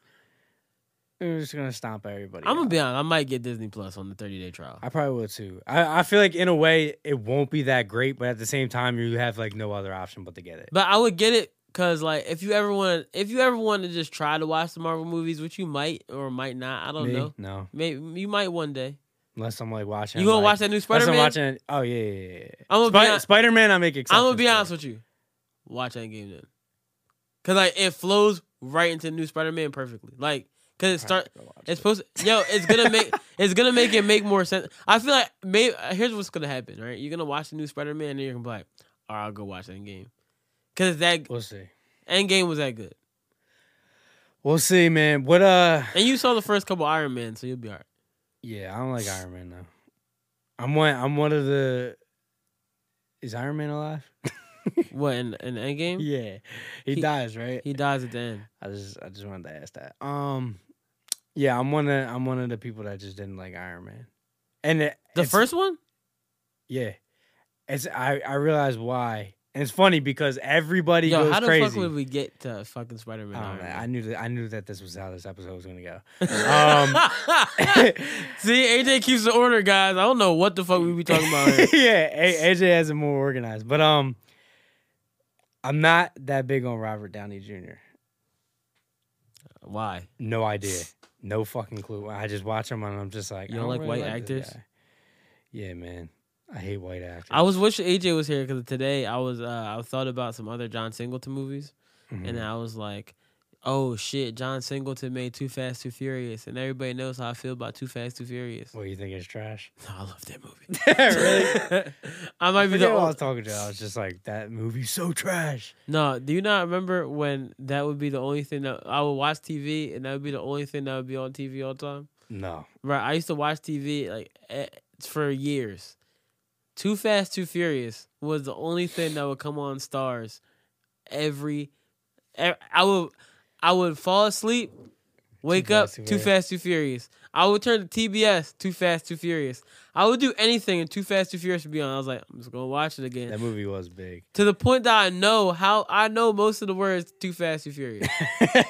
E: they're just gonna stomp everybody.
A: I'm
E: out.
A: gonna be honest, I might get Disney Plus on the 30 day trial.
E: I probably will too. I, I feel like in a way it won't be that great, but at the same time you have like no other option but to get it.
A: But I would get it because like if you ever want if you ever want to just try to watch the Marvel movies, which you might or might not, I don't
E: Me?
A: know.
E: No,
A: Maybe you might one day.
E: unless I'm like watching.
A: you gonna
E: like-
A: watch that new Spider Man?
E: Unless I'm watching. Oh yeah, yeah, yeah.
A: I'ma be hon-
E: Spider Man, I make
A: I'm
E: exceptions.
A: gonna be honest with you. Watch that game then, cause like it flows right into the new Spider Man perfectly. Like, cause it start. It's supposed. To, yo, it's gonna make it's gonna make it make more sense. I feel like maybe here's what's gonna happen. Right, you're gonna watch the new Spider Man and you're gonna be like, all right, I'll go watch that game, cause that
E: We'll see.
A: end game was that good.
E: We'll see, man. What uh?
A: And you saw the first couple Iron Man, so you'll be all right.
E: Yeah, I don't like Iron Man though. I'm one. I'm one of the. Is Iron Man alive?
A: What in in end game?
E: Yeah, he,
A: He-
E: dies right.
A: He dies at the end.
E: I just I just wanted to ask that. Um, yeah, I'm one of I'm one of the people that just didn't like Iron Man, and it,
A: The
E: it's-
A: first one?
E: yeah, it's I I realized why, and it's funny because everybody
A: Yo,
E: goes
A: how the
E: crazy. Oh,
A: fuck would we get to fucking Spider Man?
E: I, don't know, I
A: Man?
E: knew that I knew that this was how this episode was gonna go. Um,
A: See, AJ keeps the order, guys. I don't know what the fuck we be talking about. Here.
E: yeah, A- AJ has it more organized, but um, I'm not that big on Robert Downey Jr.
A: Why?
E: No idea. No fucking clue. I just watch him and I'm just like,
A: You
E: I
A: don't like white
E: this
A: actors?
E: guy. Yeah, man. I hate white actors.
A: I was wish AJ was here because today I was uh, I thought about some other John Singleton movies,
E: Mm-hmm.
A: and I was like, oh shit, John Singleton made Too Fast Too Furious, and everybody knows how I feel about Too Fast Too Furious.
E: What you think is trash?
A: No, I love that movie.
E: really?
A: I might be
E: Forget
A: the
E: what I was
A: only.
E: talking to. I was just like, that movie's so trash.
A: No, do you not remember when that would be the only thing that I would watch TV, and that would be the only thing that would be on TV all the time?
E: No.
A: Right, I used to watch TV like eh, for years. Too Fast, Too Furious was the only thing that would come on stars every. e- I would, I would fall asleep, wake up,
E: Fast, Too
A: Too
E: Furious.
A: Fast, Too Furious. I would turn to TBS, Too Fast, Too Furious. I would do anything, and Too Fast, Too Furious would be on. I was like, I'm just gonna watch it again
E: That movie was big.
A: to the point that I know how I know most of the words to Too Fast, Too Furious.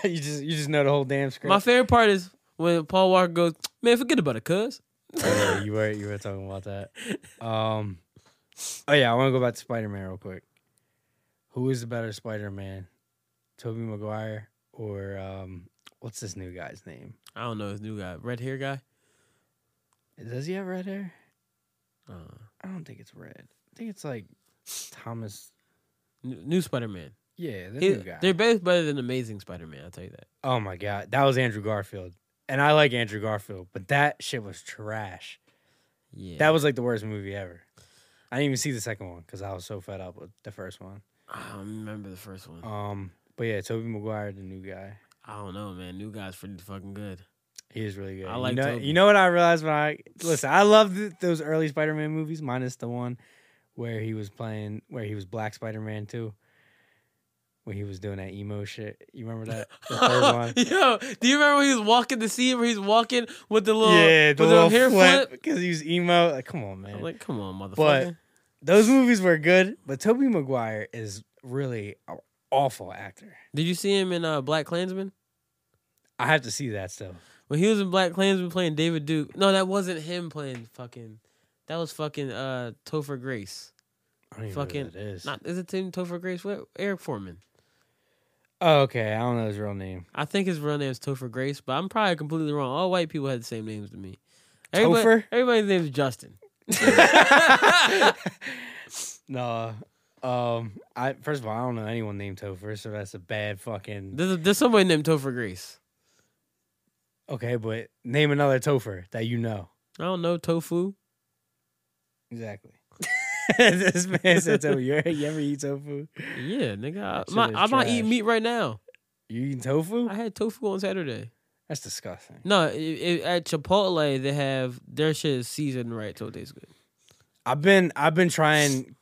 E: you just you just know the whole damn script.
A: My favorite part is when Paul Walker goes, "Man, forget about it, cuz."
E: Oh, yeah, you were you were talking about that. Um, oh yeah, I want to go back to Spider Man real quick. Who is the better Spider Man, Tobey Maguire or um, what's this new guy's name?
A: I don't know his new guy, red hair guy.
E: Does he have red hair?
A: Uh,
E: I don't think it's red. I think it's like Thomas.
A: new new Spider Man.
E: Yeah, the new guy.
A: They're both better than Amazing Spider Man. I'll tell you that.
E: Oh my god, that was Andrew Garfield, and I like Andrew Garfield, but that shit was trash.
A: Yeah,
E: That was like the worst movie ever. I didn't even see the second one because I was so fed up with the first one.
A: I don't remember the first one.
E: Um, but yeah, Toby Maguire, the new guy,
A: I don't know, man. New guy's pretty fucking good.
E: he is really good.
A: I like
E: you know,
A: Tobey.
E: you know what I realized when I listen. I love th- those early Spider-Man movies, minus the one where he was playing where he was Black Spider-Man too. When he was doing that emo shit, you remember that the third one?
A: Yo, do you remember when he was walking the scene where he's walking with the little
E: yeah, the
A: with
E: little
A: hair
E: flip because he was emo. Like, come on, man.
A: I'm like, come on, motherfucker.
E: but Those movies were good, but Toby Maguire is really an awful actor.
A: Did you see him in uh, Black Klansman?
E: I have to see that still.
A: When he was in Black Klansman playing David Duke. No, that wasn't him playing fucking. That was fucking uh, Topher Grace.
E: I don't even know
A: Fucking.
E: who that is.
A: Not, is it Tim Topher Grace? What? Eric Foreman.
E: oh, okay, I don't know his real name.
A: I think his real name is Topher Grace, but I'm probably completely wrong. All white people had the same names to me. Everybody,
E: Topher?
A: Everybody's name is Justin.
E: No. Um, I first of all, I don't know anyone named Topher, so that's a bad fucking.
A: There's, there's somebody named Topher Grace.
E: Okay, but name another Topher that you know.
A: I don't know tofu.
E: Exactly. this man said tofu. You ever, you ever eat tofu?
A: Yeah, nigga. I,
E: That
A: my,
E: shit
A: I
E: is
A: might eat
E: trash.
A: meat right now.
E: You eating tofu?
A: I had tofu on Saturday.
E: That's disgusting.
A: No, i i at Chipotle they have their shit is seasoned right, so it tastes good.
E: I've been I've been trying.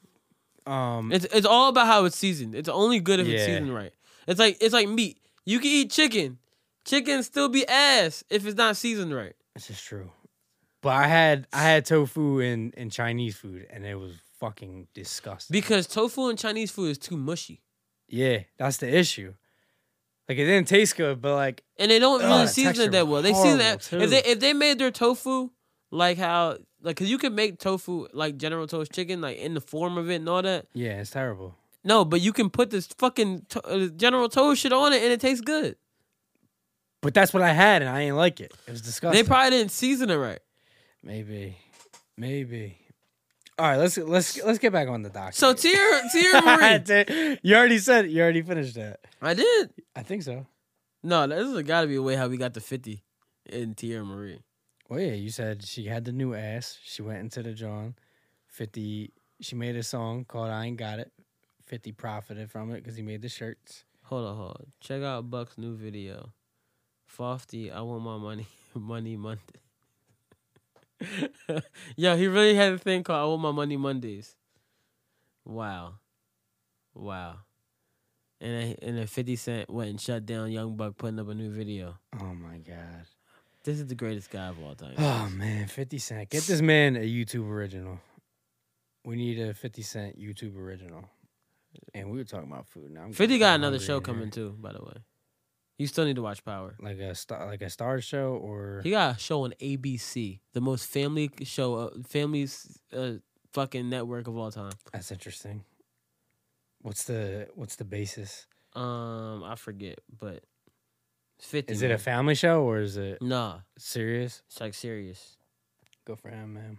E: Um,
A: It's it's all about how it's seasoned. It's only good if it's
E: Yeah.
A: seasoned right. It's like it's like meat. You can eat chicken. Chicken still be ass if it's not seasoned right.
E: this is true. But I had I had tofu in in Chinese food, and it was fucking disgusting.
A: Because tofu and Chinese food is too mushy.
E: yeah, that's the issue. Like it didn't taste good, but like
A: And they don't
E: Ugh,
A: really
E: the
A: season
E: texture
A: it that
E: was
A: well. They season
E: horrible,
A: that if they
E: too.
A: if they made their tofu like how like cause you can make tofu like General Toast chicken like in the form of it and all that.
E: yeah, it's terrible.
A: No, but you can put this fucking to- uh, General Toast shit on it and it tastes good.
E: But that's what I had, and I ain't like it. It was disgusting.
A: They probably didn't season it right.
E: maybe, maybe. All right, let's let's let's get back on the dock.
A: So Tier Tier Marie,
E: you already said it. You already finished that.
A: I did.
E: I think so.
A: No, this has got to be a way how we got to fifty in Tier Marie.
E: Well, Oh, yeah, you said she had the new ass. She went into the John. 50, she made a song called I Ain't Got It. 50 profited from it because he made the shirts.
A: Hold on, hold on. Check out Buck's new video. Fofty, I want my money, money Monday. Yo, he really had a thing called I want my money Mondays. Wow, wow. And then- and then Fifty Cent went and shut down Young Buck putting up a new video.
E: Oh my God.
A: This is the greatest guy of all time.
E: Oh man, 50 Cent. Get this man a YouTube original. We need a 50 Cent YouTube original. And we were talking about food now. I'm getting
A: 50 got
E: kinda
A: another
E: hungry
A: show
E: in here.
A: coming too, by the way. You still need to watch Power.
E: Like a star, like a star show, or
A: He got a show on ABC, the most family show, uh, family uh, fucking network of all time.
E: that's interesting. What's the what's the basis?
A: Um, I forget, but it's 50.
E: Is it a
A: man.
E: family show or is it
A: Nah,
E: serious?
A: it's like serious.
E: Go for him, man.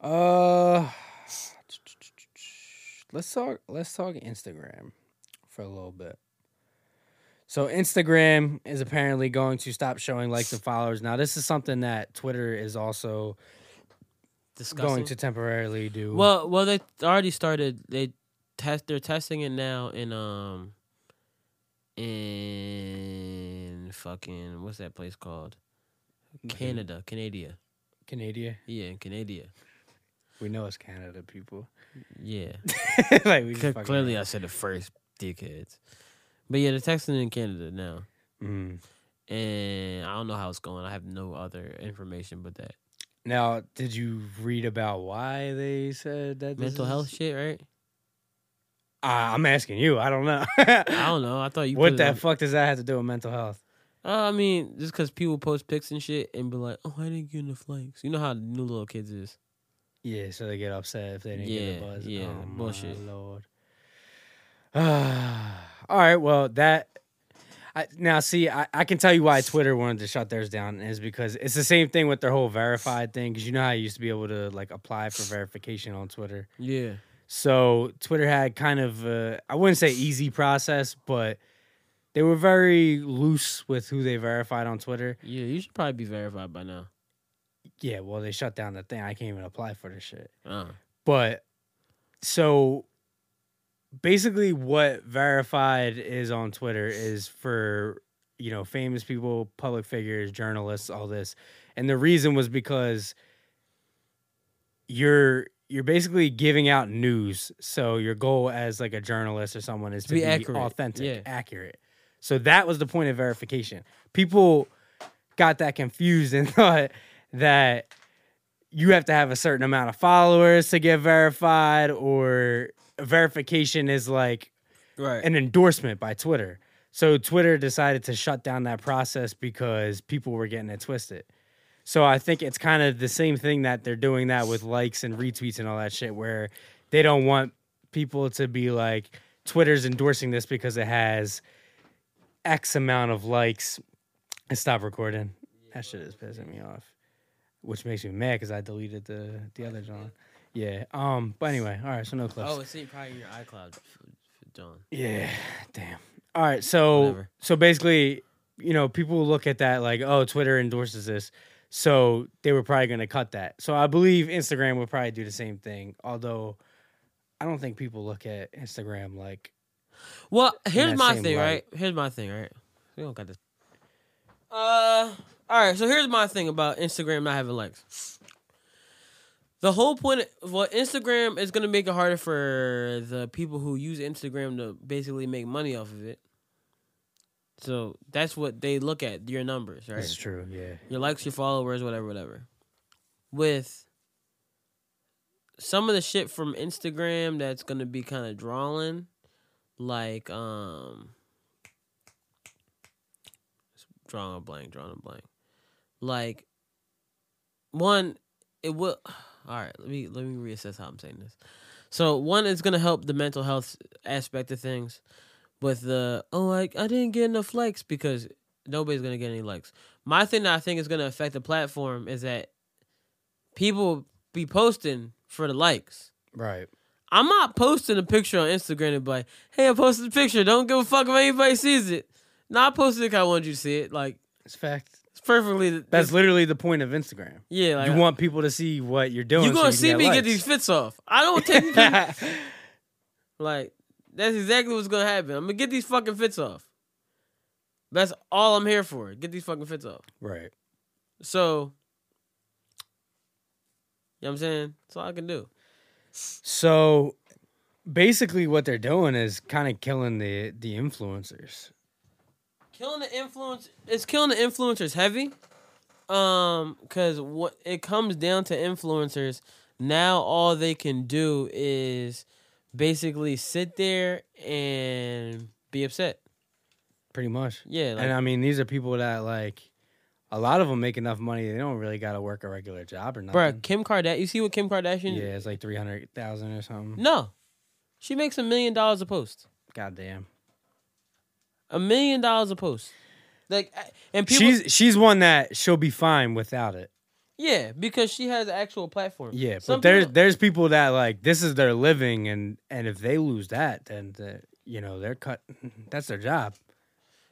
E: Uh, let's talk. Let's talk Instagram for a little bit. So Instagram is apparently going to stop showing likes and followers. Now this is something that Twitter is also
A: Disgusting.
E: going to temporarily do.
A: Well, well, they already started. They test. They're testing it now in um in fucking what's that place called? Canada, Canada.
E: Canada,
A: Yeah, in Canada.
E: we know it's Canada people.
A: Yeah.
E: like we
A: C-
E: just fucking-
A: clearly, I said the first dickheads. But yeah, they're texting in Canada now,
E: Mm.
A: and I don't know how it's going. I have no other information but that
E: Now, did you read about why they said that? this
A: mental
E: is-
A: health shit, right?
E: Uh, I'm asking you. I don't know.
A: I don't know. I thought you. put
E: what
A: it
E: the
A: on-
E: fuck does that have to do with mental health?
A: Uh, I mean, just because people post pics and shit and be like, "Oh, I didn't get enough likes." You know how new little kids is.
E: Yeah, so they get upset if they didn't get a
A: Yeah,
E: buzz.
A: yeah,
E: oh, my
A: bullshit.
E: Lord. All right, well that. I, now see, I, I can tell you why Twitter wanted to shut theirs down is because it's the same thing with their whole verified thing. Because you know how you used to be able to like apply for verification on Twitter.
A: Yeah.
E: So Twitter had kind of I I wouldn't say easy process, but they were very loose with who they verified on Twitter.
A: Yeah, you should probably be verified by now.
E: Yeah, well they shut down the thing. I can't even apply for this shit.
A: Uh,
E: But so basically what verified is on Twitter is for you know famous people, public figures, journalists, all this. And the reason was because you're you're basically giving out news. So your goal as like a journalist or someone is to,
A: be
E: be,
A: accurate,
E: authentic,
A: yeah.
E: accurate. So that was the point of verification. People got that confused and thought that you have to have a certain amount of followers to get verified, or verification is like
A: Right.
E: an endorsement by Twitter. So Twitter decided to shut down that process because people were getting it twisted. So I think it's kind of the same thing that they're doing that with likes and retweets and all that shit, where they don't want people to be like, Twitter's endorsing this because it has X amount of likes. And stop recording. That shit is pissing me off, which makes me mad because I deleted the the other John. Yeah. Um. But anyway, all right. So no clips.
A: oh, it's in- probably your iCloud, f- f- John.
E: Yeah, damn. All right, so
A: Whatever.
E: so basically, you know, people look at that like, oh, Twitter endorses this, so they were probably going to cut that. So I believe Instagram would probably do the same thing, although I don't think people look at Instagram like
A: Well, here's
E: that
A: my
E: same
A: thing, right?
E: light.
A: Here's my thing, right? We don't got this. Uh, all right. So here's my thing about Instagram not having likes. The whole point, of, well, Instagram is gonna make it harder for the people who use Instagram to basically make money off of it. So that's what they look at your numbers, right?
E: this is true. Yeah,
A: your likes, your followers, whatever, whatever. With some of the shit from Instagram that's gonna be kind of drawing, like um, drawing a blank, drawing a blank. Like one, it will. All right, let me let me reassess how I'm saying this. So one is gonna help the mental health aspect of things, with the oh I I didn't get enough likes because nobody's gonna get any likes. My thing that I think is gonna affect the platform is that people be posting for the likes.
E: right.
A: I'm not posting a picture on Instagram and be like, hey, I posted a picture. Don't give a fuck if anybody sees it. No, I posted it 'cause I wanted you to see it. Like
E: It's fact.
A: it's perfectly
E: That's literally the point of Instagram.
A: yeah. Like,
E: you want people to see what you're doing.
A: you
E: so
A: gonna
E: can
A: see me get these
E: likes.
A: fits off. I don't take them- like that's exactly what's gonna happen. I'm gonna get these fucking fits off. That's all I'm here for. Get these fucking fits off.
E: right.
A: So you know what I'm saying? That's all I can do.
E: So basically, what they're doing is kind of killing the the influencers.
A: killing the influence it's killing the influencers heavy um because what it comes down to influencers now all they can do is basically sit there and be upset
E: Pretty much.
A: yeah like,
E: and I mean, these are people that like a lot of them make enough money. They don't really got to work a regular job or
A: bro
E: nothing.
A: kim kardashian you see what kim kardashian
E: Yeah, it's like three hundred thousand or something.
A: no she makes a million dollars a post
E: Goddamn.
A: a million dollars a post like I- and people
E: She's she's one that she'll be fine without it.
A: yeah because she has an actual platform
E: Yeah,
A: Some
E: but there's
A: people-
E: there's people that like this is their living, and and if they lose that, then the, you know they're cut. That's their job.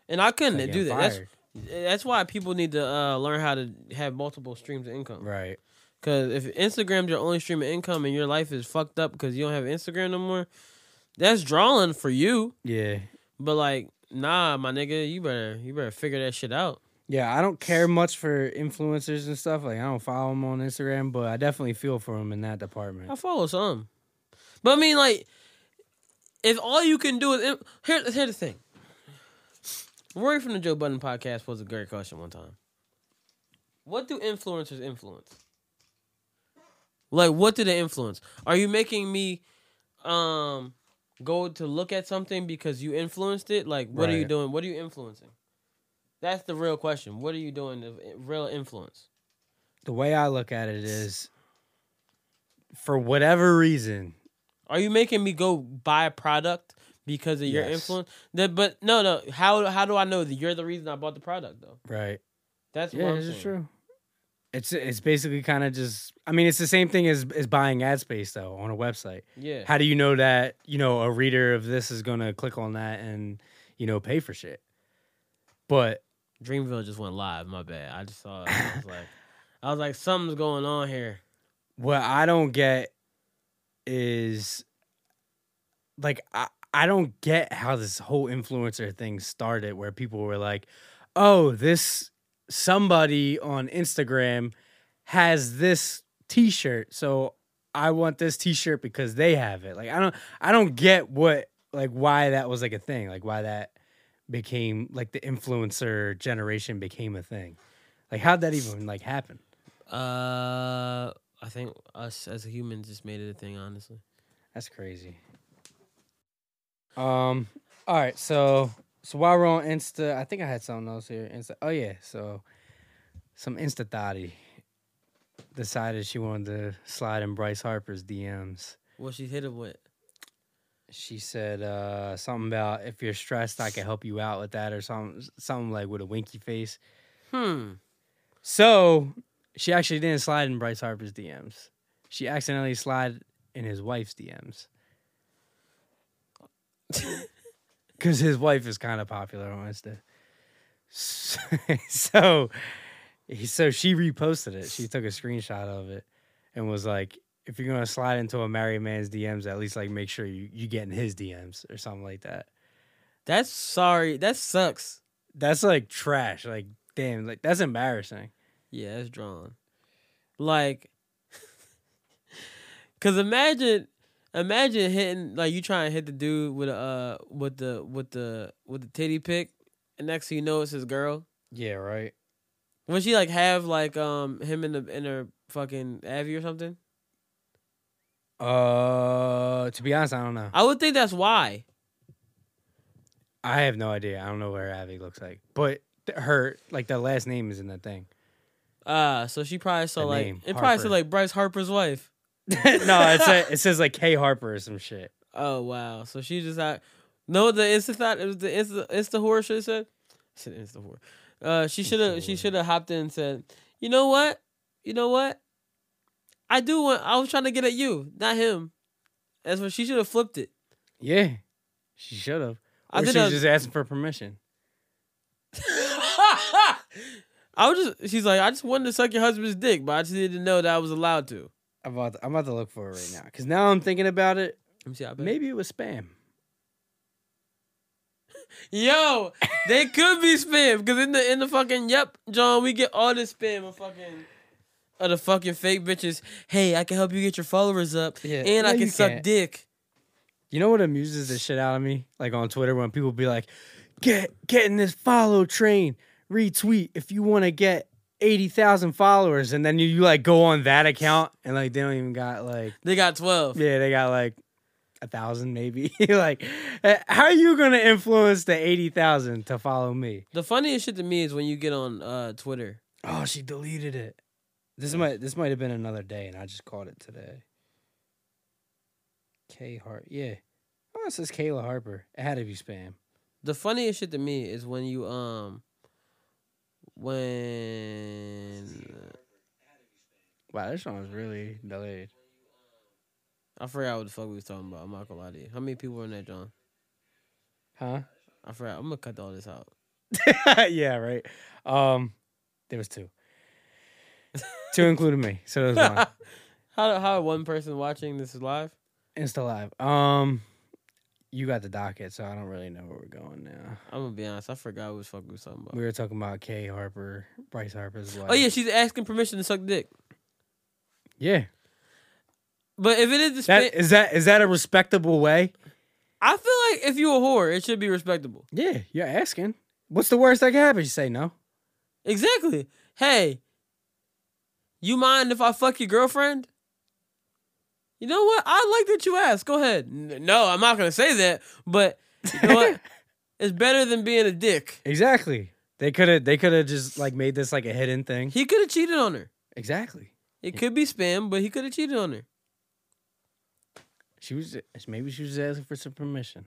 A: and i couldn't
E: Like,
A: do
E: get
A: that that's
E: fired.
A: That's why people need to uh, learn how to have multiple streams of income.
E: Right.
A: Because if Instagram's your only stream of income and your life is fucked up because you don't have Instagram no more, that's drawing for you.
E: Yeah.
A: But like, nah, my nigga, you better you better figure that shit out.
E: Yeah, I don't care much for influencers and stuff. Like I don't follow them on Instagram, but I definitely feel for them in that department.
A: I follow some, but I mean like, if all you can do is here, here's the thing. Rory from the Joe Budden podcast posed a great question one time. What do influencers influence? Like, what do they influence? Are you making me, um, go to look at something because you influenced it? Like, what are you
E: Right.
A: doing? What are you influencing? That's the real question. What are you doing? The real influence.
E: the way I look at it is for whatever reason,
A: Are you making me go buy a product because of your
E: Yes.
A: influence? That, but no, no. How how do I know that you're the reason I bought the product though?
E: right?
A: That's
E: Yeah,
A: what I'm
E: this
A: saying.
E: is true. It's it's basically kind of just I mean, it's the same thing as as buying ad space though on a website.
A: Yeah,
E: How do you know that, you know, a reader of this is going to click on that and, you know, pay for shit? But
A: Dreamville just went live. My bad. I just saw. It. and I was like, I was like, something's going on here.
E: what I don't get is like I, I don't get how this whole influencer thing started where people were like, "Oh, this somebody on Instagram has this t-shirt, so I want this t-shirt because they have it." Like I don't I don't get what like why that was like a thing, like why that became like the influencer generation became a thing. Like how'd that even like happen?
A: Uh, I think us as humans just made it a thing. Honestly,
E: That's crazy. Um. All right. So so while we're on Insta, I think I had something else here. Insta. Oh yeah. So some Insta thotty decided she wanted to slide in Bryce Harper's DMs.
A: what she hit it with?
E: She said uh, something about if you're stressed, I can help you out with that, or something, something like with a winky face.
A: Hmm.
E: So she actually didn't slide in Bryce Harper's DMs. She accidentally slid in his wife's DMs. Because his wife is kind of popular on Insta. S- So, he- so she reposted it. She took a screenshot of it and was like, if you're going to slide into a married man's DMs, at least like make sure you, you get in his DMs or something like that.
A: That's sorry. That sucks.
E: That's like trash. Like, damn, like that's embarrassing.
A: Yeah, it's drawn. Like, cause imagine, imagine hitting like you try and hit the dude with a uh, with the with the with the titty pick, and next thing you know, it's his girl.
E: Yeah, right.
A: Would she like have like um him in the in her fucking avy or something?
E: Uh, to be honest, I don't know.
A: I would think that's why.
E: I have no idea. I don't know where Abby looks like, but th- her like the last name is in that thing.
A: Uh so she probably saw
E: The
A: like
E: name,
A: it probably said
E: Harper.
A: like Bryce Harper's wife.
E: no, it says, it says like K Harper or some shit.
A: Oh wow! So she just out. No, the insta thought it was the insta insta whore should have said. I said insta whore. Uh, she should have she should have hopped in and said, you know what, you know what, I do want. I was trying to get at you, not him. That's what she should have flipped it.
E: Yeah, she should have.
A: I
E: I
A: did
E: she was
A: a-
E: just asking for permission.
A: I was just. She's like, I just wanted to suck your husband's dick, but I just needed to know that I was allowed to.
E: I'm about to, I'm about to look for it right now because now I'm thinking about it.
A: Let me see. I bet.
E: Maybe it was spam.
A: Yo, they could be spam because in the in the fucking yep, John, we get all this spam of fucking of the fucking fake bitches. Hey, I can help you get your followers up,
E: Yeah,
A: and I
E: no,
A: can
E: you
A: suck
E: can't.
A: dick.
E: You know what amuses the shit out of me? Like on Twitter when people be like, "Get get in this follow train, retweet if you want to get." 80,000 followers, and then you, you like go on that account, and like they don't even got like
A: They got twelve.
E: Yeah, they got like a thousand, maybe. like, uh, how are you gonna influence the eighty thousand to follow me?
A: The funniest shit to me is when you get on uh, Twitter.
E: Oh, she deleted it. This might this might have been another day, and I just caught it today. K Hart, yeah. Oh, it says Kayla Harper. It had to be spam.
A: The funniest shit to me is when you um when
E: Wow, this one was really delayed.
A: I forgot what the fuck we was talking about. I'm not gonna lie to you. How many people were in that, John?
E: Huh?
A: I forgot. I'm gonna cut all this out.
E: yeah, right. Um, there was two. two included me, so there was one.
A: How how one person watching this is live?
E: Insta Live. Um, you got the docket, so I don't really know where we're going now.
A: I'm gonna be honest. I forgot what the fuck we was talking about.
E: We were talking about Kay Harper, Bryce Harper's wife.
A: Oh yeah, she's asking permission to suck dick.
E: yeah.
A: But if it is the
E: That
A: spit,
E: is that is that a respectable way?
A: I feel like if you a whore, it should be respectable.
E: Yeah, you're asking. What's the worst that can happen? You say no.
A: Exactly. Hey, you mind if I fuck your girlfriend? You know what? I like that you asked. Go ahead. N- No, I'm not gonna say that. But you know what? It's better than being a dick.
E: Exactly. They could have they could have just like made this like a hidden thing.
A: He could have cheated on her.
E: Exactly.
A: It could be spam, but he could have cheated on her.
E: She was maybe she was asking for some permission.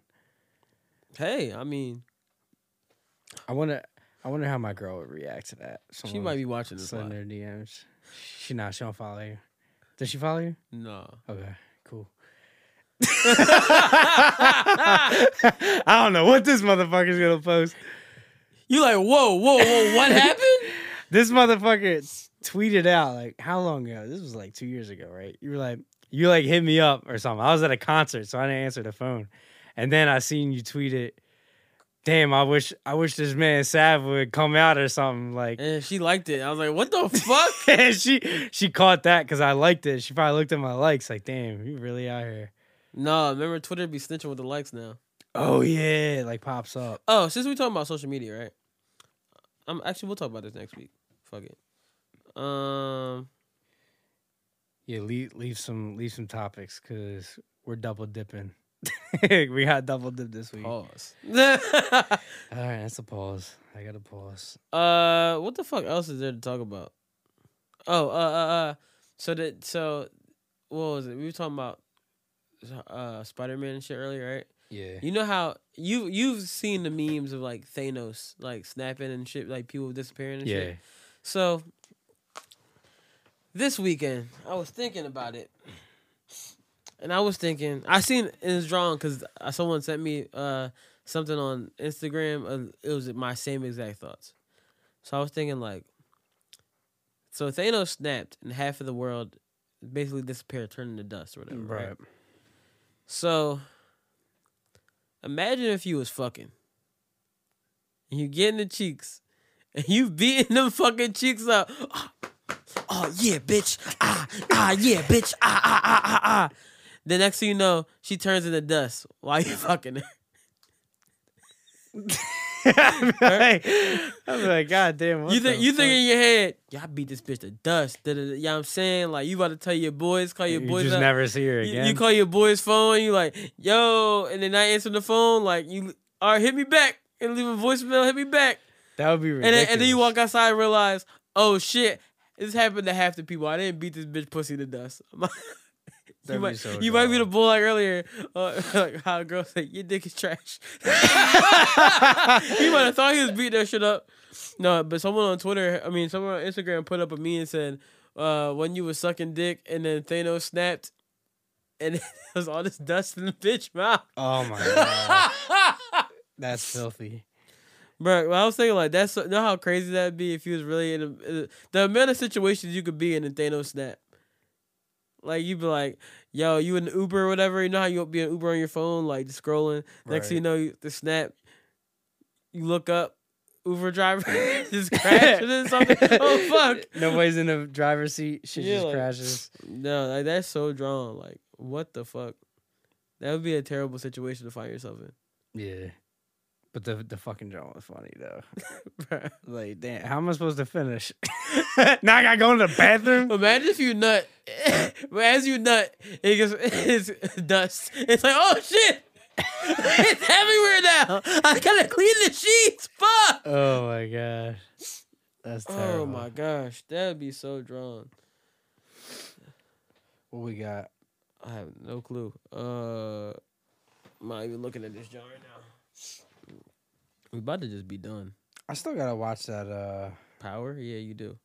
A: Hey, I mean,
E: I wonder I wonder how my girl would react to that.
A: she might be watching this.
E: sliding
A: live.
E: her DMs. She not. She don't follow you. Does she follow you?
A: No.
E: Okay, cool. I don't know what this motherfucker's gonna post.
A: You like whoa, whoa, whoa? What happened?
E: This motherfucker s- tweeted out like how long ago? This was like two years ago, right? You were like, you like hit me up or something. I was at a concert, so I didn't answer the phone. And then I seen you tweet it. Damn, I wish I wish this man Sav would come out or something. Like
A: And she liked it. I was like, what the fuck?
E: and she she caught that because I liked it. She probably looked at my likes like, damn, you really out here.
A: no, remember Twitter be snitching with the likes now.
E: Oh yeah, like pops up.
A: Oh, since we talking about social media, right? Um, actually, we'll talk about this next week. Fuck it. Um,
E: Yeah, leave leave some leave some topics because we're double dipping. we got double dip this week.
A: Pause.
E: All right, that's a pause. I got a pause.
A: uh, what the fuck else is there to talk about? Oh, uh, uh, uh so that so, what was it? We were talking about uh Spider Man and shit earlier, right?
E: Yeah.
A: You know how you you've seen the memes of like Thanos like snapping and shit, like people disappearing and
E: Yeah.
A: shit. So this weekend, I was thinking about it, and I was thinking I seen it's drawn because someone sent me uh something on Instagram. Uh, it was my same exact thoughts. So I was thinking like, so Thanos snapped and half of the world basically disappeared, turned into dust or whatever. Right.
E: Right.
A: So imagine if you was fucking. And you getting the cheeks. And you beating them fucking cheeks up. Ah, Oh yeah, bitch. Ah, ah, yeah, bitch. Ah, ah, ah, ah, ah. The next thing you know, she turns into dust while you fucking her.
E: I'm like, I'm like, God damn. What
A: you think
E: the
A: you think
E: fuck?"
A: in your head, yeah, I beat this bitch to dust. Da, da, da. You know what I'm saying? Like you about to tell your boys, call your
E: you
A: boys
E: just
A: up.
E: never see her
A: You-
E: again.
A: You, call your boy's phone, you like, yo, and then I answer the phone, like, you, all right, hit me back and leave a voicemail, hit me back.
E: that would be
A: And
E: ridiculous.
A: then, and then you walk outside and realize, oh shit, this happened to half the people. I didn't beat this bitch pussy to dust. You
E: That'd be
A: might,
E: so
A: you might be the
E: dumb.
A: bull like earlier, uh, like how a girl said, your dick is trash. he might have thought he was beating that shit up. No, but someone on Twitter, I mean, someone on Instagram put up a meme and said, uh, when you was sucking dick and then Thanos snapped and it was all this dust in the bitch mouth.
E: Oh my god. That's filthy.
A: Bro, I was thinking like that's you know how crazy that'd be if you was really in, a, in a- the amount of situations you could be in a Thanos snap. Like you'd be like, "Yo, you in the Uber or whatever." You know how you be in Uber on your phone, like just scrolling. Next thing you know, you, the snap. You look up, Uber driver just crashed or something. Oh fuck!
E: Nobody's in the driver's seat. Shit
A: Yeah,
E: just
A: like-
E: crashes.
A: No, like that's so drawn. Like what the fuck? That would be a terrible situation to find yourself in.
E: Yeah. But the the fucking drama was funny though.
A: Bruh.
E: Like, damn, how am I supposed to finish? now I gotta go to the bathroom.
A: Imagine if you nut, but as you nut, it gets it's dust. It's like, oh shit, it's everywhere now. I gotta clean the sheets. Fuck.
E: Oh my god, that's terrible.
A: Oh my gosh, that'd be so drawn.
E: What we got?
A: I have no clue. Uh, I'm not even looking at this jar right now. We about to just be done.
E: I still gotta watch that. uh
A: Power? Yeah, you do.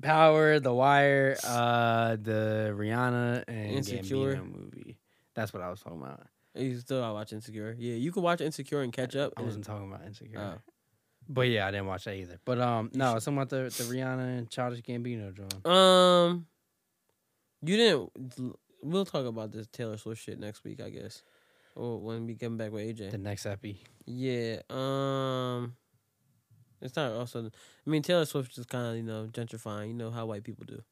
E: Power, The Wire, uh the Rihanna and
A: Insecure.
E: Gambino movie. That's what I was talking about.
A: You still gotta watch Insecure? Yeah, you can watch Insecure and catch up.
E: I
A: and-
E: wasn't talking about Insecure.
A: Oh.
E: But yeah, I didn't watch that either. But um, no, it's something about the, the Rihanna and Childish Gambino drawing.
A: Um, you didn't. We'll talk about this Taylor Swift shit next week, I guess, or when we come back with
E: The
A: AJ.
E: next epi.
A: Yeah. Um, it's not also. I mean, Taylor Swift just kind of you know gentrifying. You know how white people do.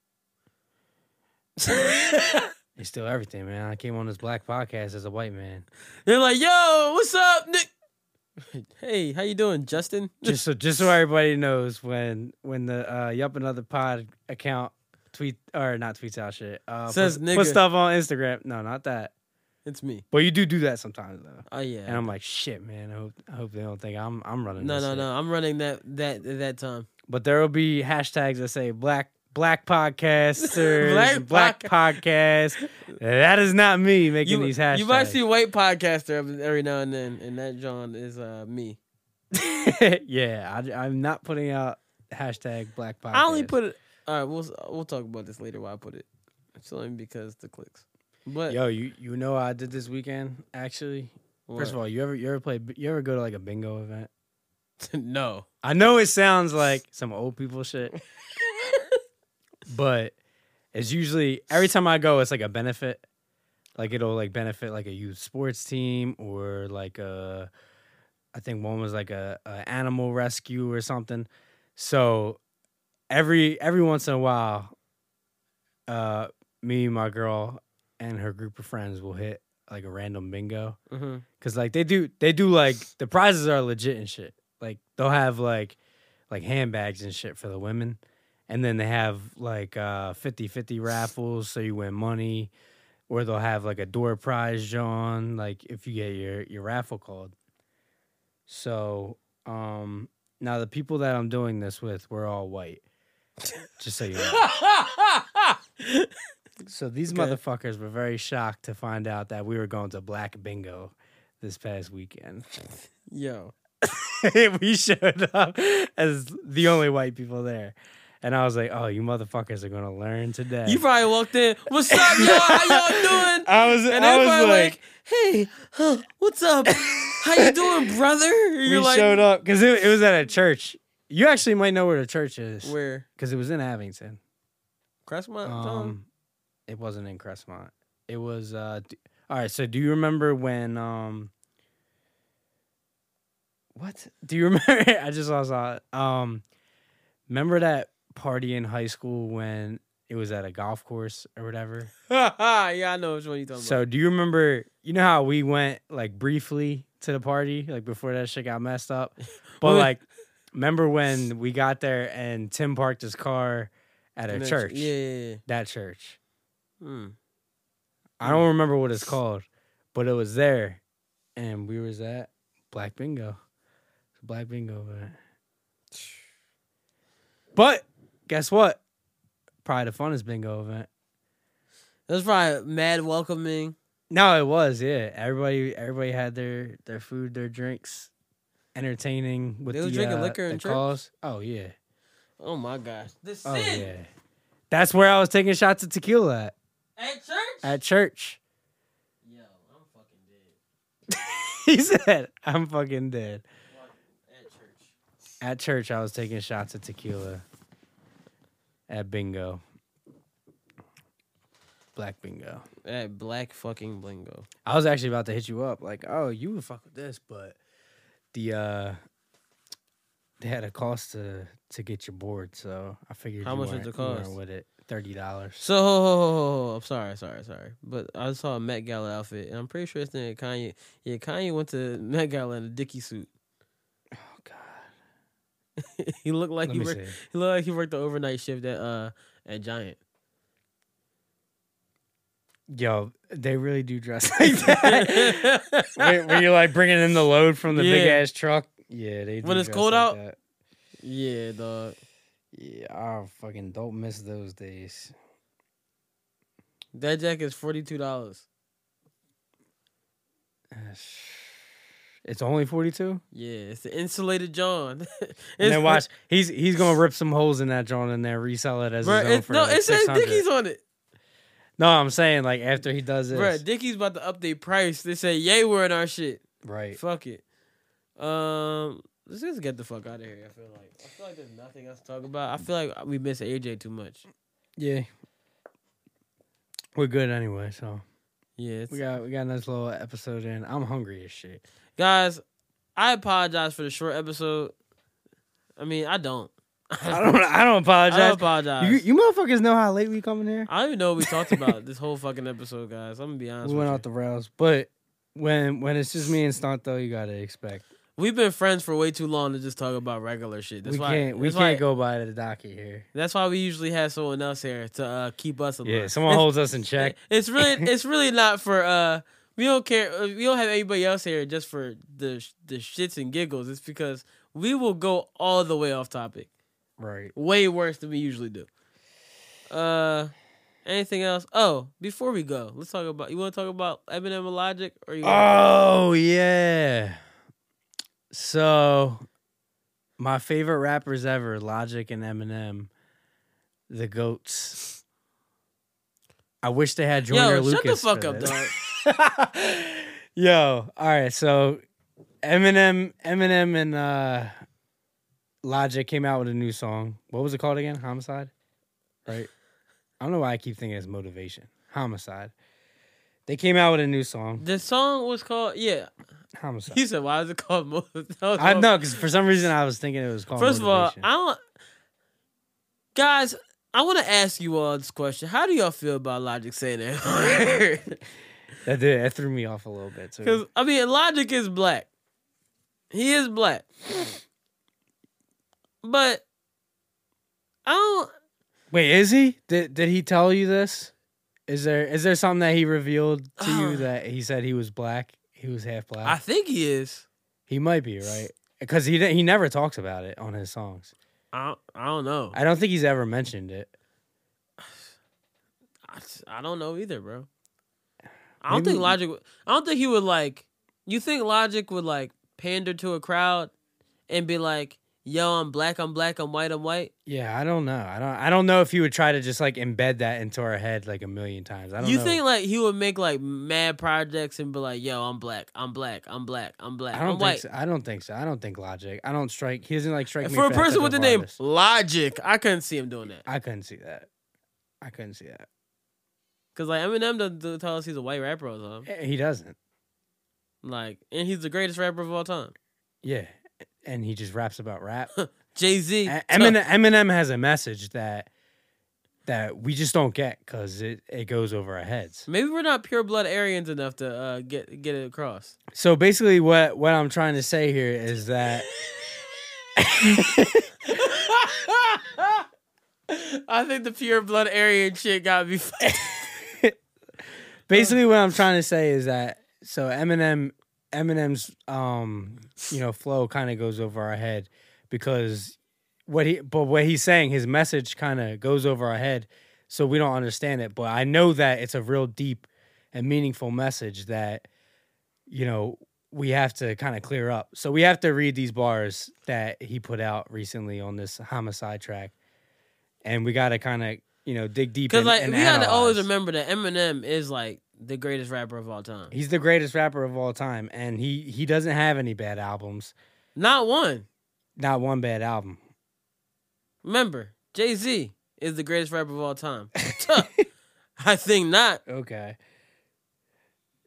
E: They steal everything, man. I came on this black podcast as a white man.
A: They're like, "Yo, what's up, Nick? hey, how you doing, Justin?"
E: just so just so everybody knows when when the uh yup another pod account tweet or not tweets out shit uh
A: Says
E: put,
A: nigga.
E: put stuff on instagram no not that
A: it's me.
E: but you do do that sometimes though
A: Oh yeah.
E: and i'm like shit man i hope i hope they don't think i'm i'm running
A: no,
E: this
A: no,
E: shit.
A: no. I'm running that that at that time.
E: but there will be hashtags that say black black podcasters
A: Black
E: black, podcast that is not me making
A: You,
E: these hashtags
A: you might see white podcaster every now and then, and that John is uh me.
E: yeah I, i'm not putting out hashtag black podcast
A: I only put it. All right, we'll we'll talk about this later. Why I put it? It's only because the clicks. But
E: Yo, you you know what I did this weekend actually. First of all, you ever you ever play you ever go to like a bingo event?
A: no.
E: I know it sounds like some old people shit, but it's usually every time I go, it's like a benefit. Like it'll like benefit like a youth sports team or like a, I think one was like a, a animal rescue or something. So every every once in a while, uh, me my girl and her group of friends will hit like a random bingo.
A: hmm
E: Cause like they do, they do like the prizes are legit and shit. Like they'll have like like handbags and shit for the women, and then they have like uh 50-50 raffles so you win money or they'll have like a door prize drawn like if you get your your raffle called so um now the people that i'm doing this with we're all white just so you know so these motherfuckers were very shocked to find out that we were going to black bingo this past weekend
A: Yo.
E: we showed up as the only white people there. And I was like, oh, you motherfuckers are gonna learn today.
A: You probably walked in. What's up, y'all? How y'all doing?
E: I was
A: And
E: I was
A: everybody
E: like,
A: like, hey, huh, what's up? How you doing, brother? And
E: we
A: You're like,
E: showed up because it, it was at a church. You actually might know where the church is
A: where?
E: because it was in Abington.
A: Crestmont?
E: Um, it wasn't in Crestmont. It was uh, d- all right. So do you remember when um, what do you remember? I just saw saw it. Um, remember that party in high school when it was at a golf course or whatever.
A: yeah, I know which one you're talking
E: Um, So do you remember? You know how we went like briefly to the party like before that shit got messed up, but
A: Well-
E: like remember when we got there and Tim parked his car at
A: about.
E: a
A: And then-
E: church?
A: Yeah, yeah, yeah.
E: That church.
A: Hmm.
E: I
A: Mm.
E: don't remember what it's called, but it was there, and we was at Black Bingo, Black Bingo event. But guess what? Probably the funnest bingo event.
A: That was probably mad welcoming.
E: No, it was yeah. Everybody, everybody had their their food, their drinks, entertaining with
A: They was
E: the
A: drinking
E: uh,
A: liquor
E: the
A: in church?
E: calls. Oh yeah,
A: Oh my gosh. The sin
E: oh yeah. That's where I was taking shots of tequila at
A: at church?
E: at church.
A: Yo, I'm fucking dead.
E: he said, "I'm fucking dead."
A: At church.
E: At church, I was taking shots of tequila. At bingo. Black bingo.
A: At black fucking blingo.
E: I was actually about to hit you up, like, oh, you would fuck with this, but the uh they had a cost to to get your board, so I figured
A: How
E: you
A: much was
E: weren't-
A: the
E: you weren't
A: cost?
E: with it? Thirty dollars.
A: So I'm sorry, sorry, sorry, but I saw a Met Gala outfit, and I'm pretty sure it's named Kanye. Yeah, Kanye went to Met Gala in a Dickie suit.
E: Oh god.
A: he looked like
E: Let
A: he
E: me
A: worked.
E: see.
A: He looked like he worked the overnight shift at uh at Giant.
E: Yo, they really do dress like that. Wait, were you like bringing in the load from the big
A: Yeah.
E: ass truck? Yeah, they. Do
A: When it's
E: dress
A: cold
E: like
A: out?
E: that.
A: yeah, dog.
E: Yeah, I fucking don't miss those days.
A: That jacket's forty two dollars.
E: It's only forty two.
A: Yeah, it's the insulated John. it's,
E: And then watch, he's he's gonna rip some holes in that joint and then resell it as
A: Bruh,
E: his own
A: it's,
E: for
A: no,
E: like
A: it says
E: 600.
A: Dickies on it.
E: No, I'm saying like after he does this,
A: Bruh, Dickies about to update price. They say, "Yay, we're in our shit."
E: right?
A: Fuck it. Um, let's just get the fuck out of here. I feel like I feel like there's nothing else to talk about. I feel like we miss AJ too much.
E: Yeah, we're good anyway. So
A: Yeah, it's-
E: we got we got a nice little episode in. I'm hungry as shit.
A: guys, I apologize for the short episode. I mean, I don't.
E: I don't I don't apologize.
A: I apologize.
E: You you motherfuckers know how late we come in here.
A: I don't even know what we talked about this whole fucking episode, guys. I'm gonna be honest.
E: We
A: with
E: went
A: you.
E: off the rails, but when when it's just me and Stunt though, you gotta expect
A: We've been friends for way too long to just talk about regular shit. That's
E: we
A: why
E: can't we
A: that's
E: can't
A: why-
E: go by the docket here.
A: That's why we usually have someone else here to uh, keep us alive.
E: Yeah, someone holds us in check.
A: It's really it's really not for uh we don't care uh, we don't have anybody else here just for the sh- the shits and giggles. It's because we will go all the way off topic.
E: Right.
A: Way worse than we usually do. Uh anything else? Oh, before we go, let's talk about you want to talk about Eminem and Logic or you wanna-
E: Oh yeah. So my favorite rappers ever, Logic and Eminem, the goats. I wish they had Joyner
A: Yo,
E: Lucas.
A: shut the fuck
E: for
A: up,
E: this.
A: dog.
E: Yo, all right. So Eminem, Eminem, and uh, Logic came out with a new song. What was it called again? Homicide, right? I don't know why I keep thinking it's motivation. Homicide. They came out with a new song,
A: The song was called yeah.
E: Homicide.
A: He said, "Why is it called?" Mo-" That was
E: I
A: all-
E: know because for some reason I was thinking it was called.
A: First of all,
E: motivation.
A: I don't. Guys, I want to ask you all this question: How do y'all feel about Logic saying that?
E: that did that threw me off a little bit too.
A: Because I mean, Logic is black. He is black, but I don't.
E: Wait, is he? Did did he tell you this? Is there is there something that he revealed to
A: Uh.
E: you that he said he was black? He was half black.
A: I think he is.
E: he might be right because he di- he never talks about it on his songs.
A: I don't, I don't know.
E: I don't think he's ever mentioned it.
A: I, I don't know either, bro. I don't
E: Maybe-
A: think Logic. would- I don't think he would like. You think Logic would like pander to a crowd and be like, "Yo, I'm black. I'm black. I'm white. I'm white."
E: Yeah, I don't know. I don't. I don't know if he would try to just like embed that into our head like a million times. I don't.
A: You
E: know.
A: think like he would make like mad projects and be like, "Yo, I'm black. I'm black. I'm black. I'm black.
E: I don't
A: I'm
E: think.
A: white."
E: So. I don't think so. I don't think Logic. I don't strike. He doesn't like strike me
A: For a
E: that
A: person
E: type
A: with the
E: of
A: name
E: artist.
A: Logic, I couldn't see him doing that.
E: I couldn't see that. I couldn't see that.
A: Cause like Eminem doesn't do- tell us he's a white rapper all the time.
E: Eh, He doesn't.
A: Like, and he's the greatest rapper of all time.
E: Yeah, and he just raps about rap.
A: Jay Z.
E: E- Eminem, Eminem has a message that that we just don't get because it, it goes over our heads.
A: Maybe we're not pure blood Aryans enough to uh, get get it across.
E: So basically, what what I'm trying to say here is that
A: I think the pure blood Aryan shit got me. fucked.
E: basically what I'm trying to say is that so Eminem Eminem's um you know flow kind of goes over our head because what he but what he's saying his message kind of goes over our head so we don't understand it but I know that it's a real deep and meaningful message that you know we have to kind of clear up so we have to read these bars that he put out recently on this homicide track and we got to kind of you know dig deep
A: Cause
E: and-
A: like
E: and
A: we gotta always
E: analyze.
A: remember that Eminem is like the greatest rapper of all time.
E: He's the greatest rapper of all time, and he he doesn't have any bad albums.
A: Not one.
E: Not one bad album.
A: Remember, Jay Z is the greatest rapper of all time. Tuh. I think not.
E: Okay.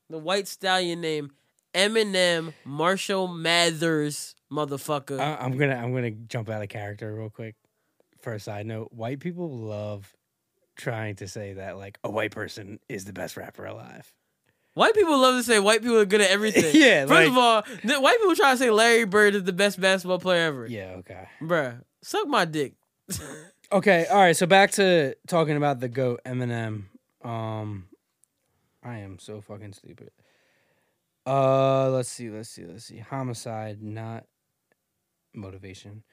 A: The white stallion named Eminem Marshall Mathers motherfucker.
E: I, I'm gonna I'm gonna jump out of character real quick. For a side note, white people love trying to say that like a white person is the best rapper alive.
A: White people love to say white people are good at everything.
E: Yeah,
A: First
E: like-
A: of all, th- white people try to say Larry Bird is the best basketball player ever.
E: Yeah. Okay.
A: Bruh, suck my dick.
E: Okay. All right. So back to talking about the goat Eminem. Um, I am so fucking stupid. Uh, let's see. Let's see. Let's see. Homicide, not motivation.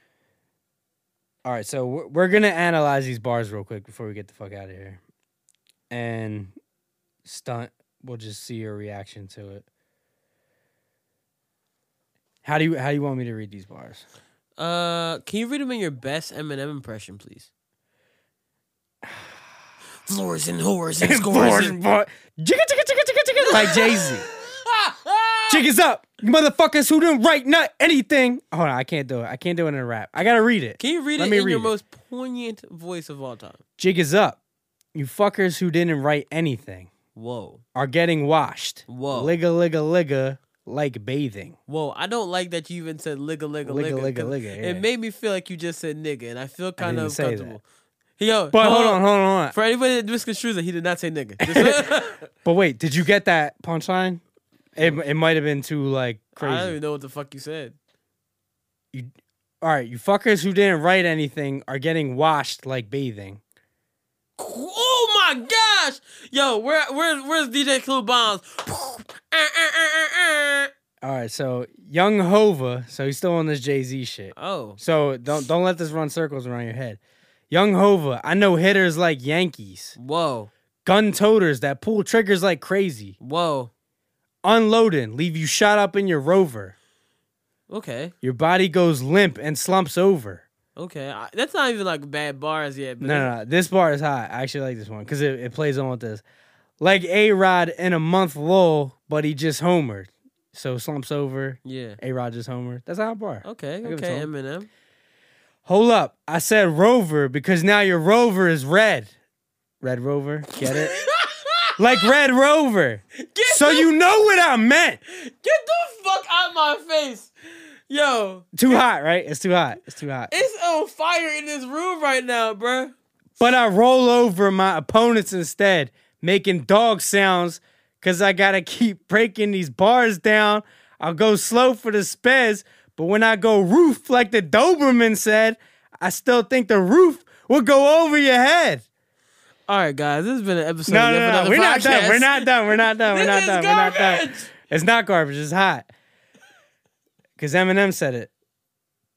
E: All right. So we're, we're gonna analyze these bars real quick before we get the fuck out of here, and stunt. We'll just see your reaction to it. How do you how do you want me to read these bars?
A: Uh, can you read them in your best Eminem impression, please? Floors and whores and scores. and-
E: Boy, jigga, jigga, jigga, jigga, jigga, like Jay Z. Jiggas up, you motherfuckers who didn't write not anything. Hold on, I can't do it. I can't do it in a rap. I gotta read it.
A: Can you read
E: Let
A: it
E: me
A: in your
E: read it.
A: most poignant voice of all time?
E: Jiggas up, you fuckers who didn't write anything
A: Whoa,
E: are getting washed.
A: Whoa.
E: Ligga, ligga, ligga, like bathing.
A: whoa! I don't like that you even said ligga ligga
E: Ligga,
A: ligga.
E: ligga,
A: 'cause
E: ligga, yeah.
A: It made me feel like you just said nigga, and I feel kind
E: didn't
A: of
E: say that.
A: uncomfortable. Yo,
E: But
A: no,
E: hold on, hold on, hold on.
A: For anybody that misconstrues it, he did not say nigga. Just-
E: But wait, did you get that punchline? It, it might have been too like crazy.
A: I don't even know what the fuck you said.
E: All right, you fuckers who didn't write anything are getting washed like bathing.
A: Oh my gosh! Yo, where where's where's DJ Clue Bombs? Eh, eh, eh, eh, eh.
E: All right, so young Hova, so he's still on this Jay Z shit.
A: Oh.
E: So don't don't let this run circles around your head. Young Hova, I know hitters like Yankees,
A: Whoa.
E: gun toters that pull triggers like crazy,
A: Whoa.
E: unloading, leave you shot up in your rover.
A: Okay.
E: Your body goes limp and slumps over.
A: Okay. I, that's not even like bad bars yet. But
E: No, no, no, this bar is hot. I actually like this one because it, it plays on with this. Like A Rod in a month lull, but he just homered. So slumps over.
A: Yeah.
E: A Rod just homered. That's a hot bar.
A: Okay.
E: give it
A: Okay.
E: to 'em.
A: Eminem.
E: Hold up. I said rover because now your rover is red. Red Rover. Get it? like Red Rover. so you know what I meant.
A: Get the fuck out my face. Yo,
E: Too hot, right? It's too hot. It's too hot.
A: it's on fire in this room right now, bruh.
E: But I roll over my opponents instead, making dog sounds because I got to keep breaking these bars down. I'll go slow for the spez, but when I go roof, like the Doberman said, I still think the roof will go over your head.
A: All right, guys, this has been an episode.
E: No,
A: of Yet
E: no, no.
A: Another
E: We're not
A: Podcast.
E: done. We're not done. We're not done.
A: This
E: We're not
A: is
E: done. We're not done.
A: garbage.
E: It's not garbage. It's hot. Because Eminem said it.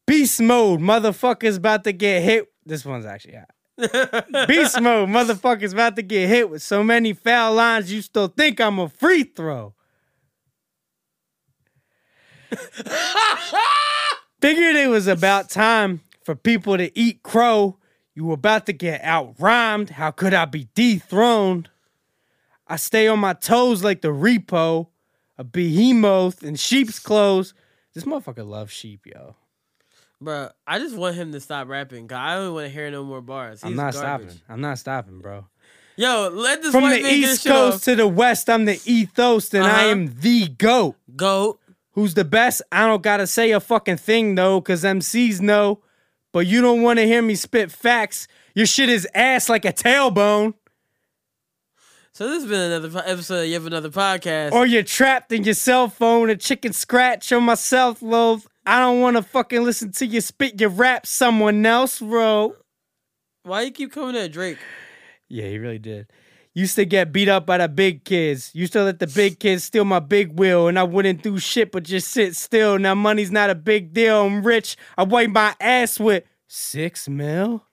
E: Beast mode. Motherfuckers about to get hit. This one's actually hot. Beast mode. Motherfuckers about to get hit with so many foul lines, you still think I'm a free throw. Figured it was about time for people to eat crow. You were about to get out rhymed. How could I be dethroned? I stay on my toes like the repo, a behemoth in sheep's clothes. This motherfucker loves sheep, yo.
A: Bro, I just want him to stop rapping. Cause I don't want to hear no more bars. He's
E: I'm not
A: garbage.
E: stopping. I'm not stopping, bro.
A: Yo, let this
E: From
A: white
E: the
A: man get
E: East
A: shit
E: Coast
A: off.
E: to the West, I'm the ethos, and I
A: Uh-huh.
E: am the GOAT.
A: Goat.
E: Who's the best? I don't gotta say a fucking thing though, cause MCs know. But you don't wanna hear me spit facts. Your shit is ass like a tailbone.
A: So this has been another po- episode of Yet Another Podcast.
E: Or you're trapped in your cell phone, a chicken scratch on my self loaf. I don't wanna fucking listen to you spit your rap someone else wrote.
A: Why you keep coming at Drake?
E: Yeah, he really did. Used to get beat up by the big kids. Used to let the big kids steal my big wheel, and I wouldn't do shit but just sit still. Now money's not a big deal. I'm rich. I wipe my ass with six mil.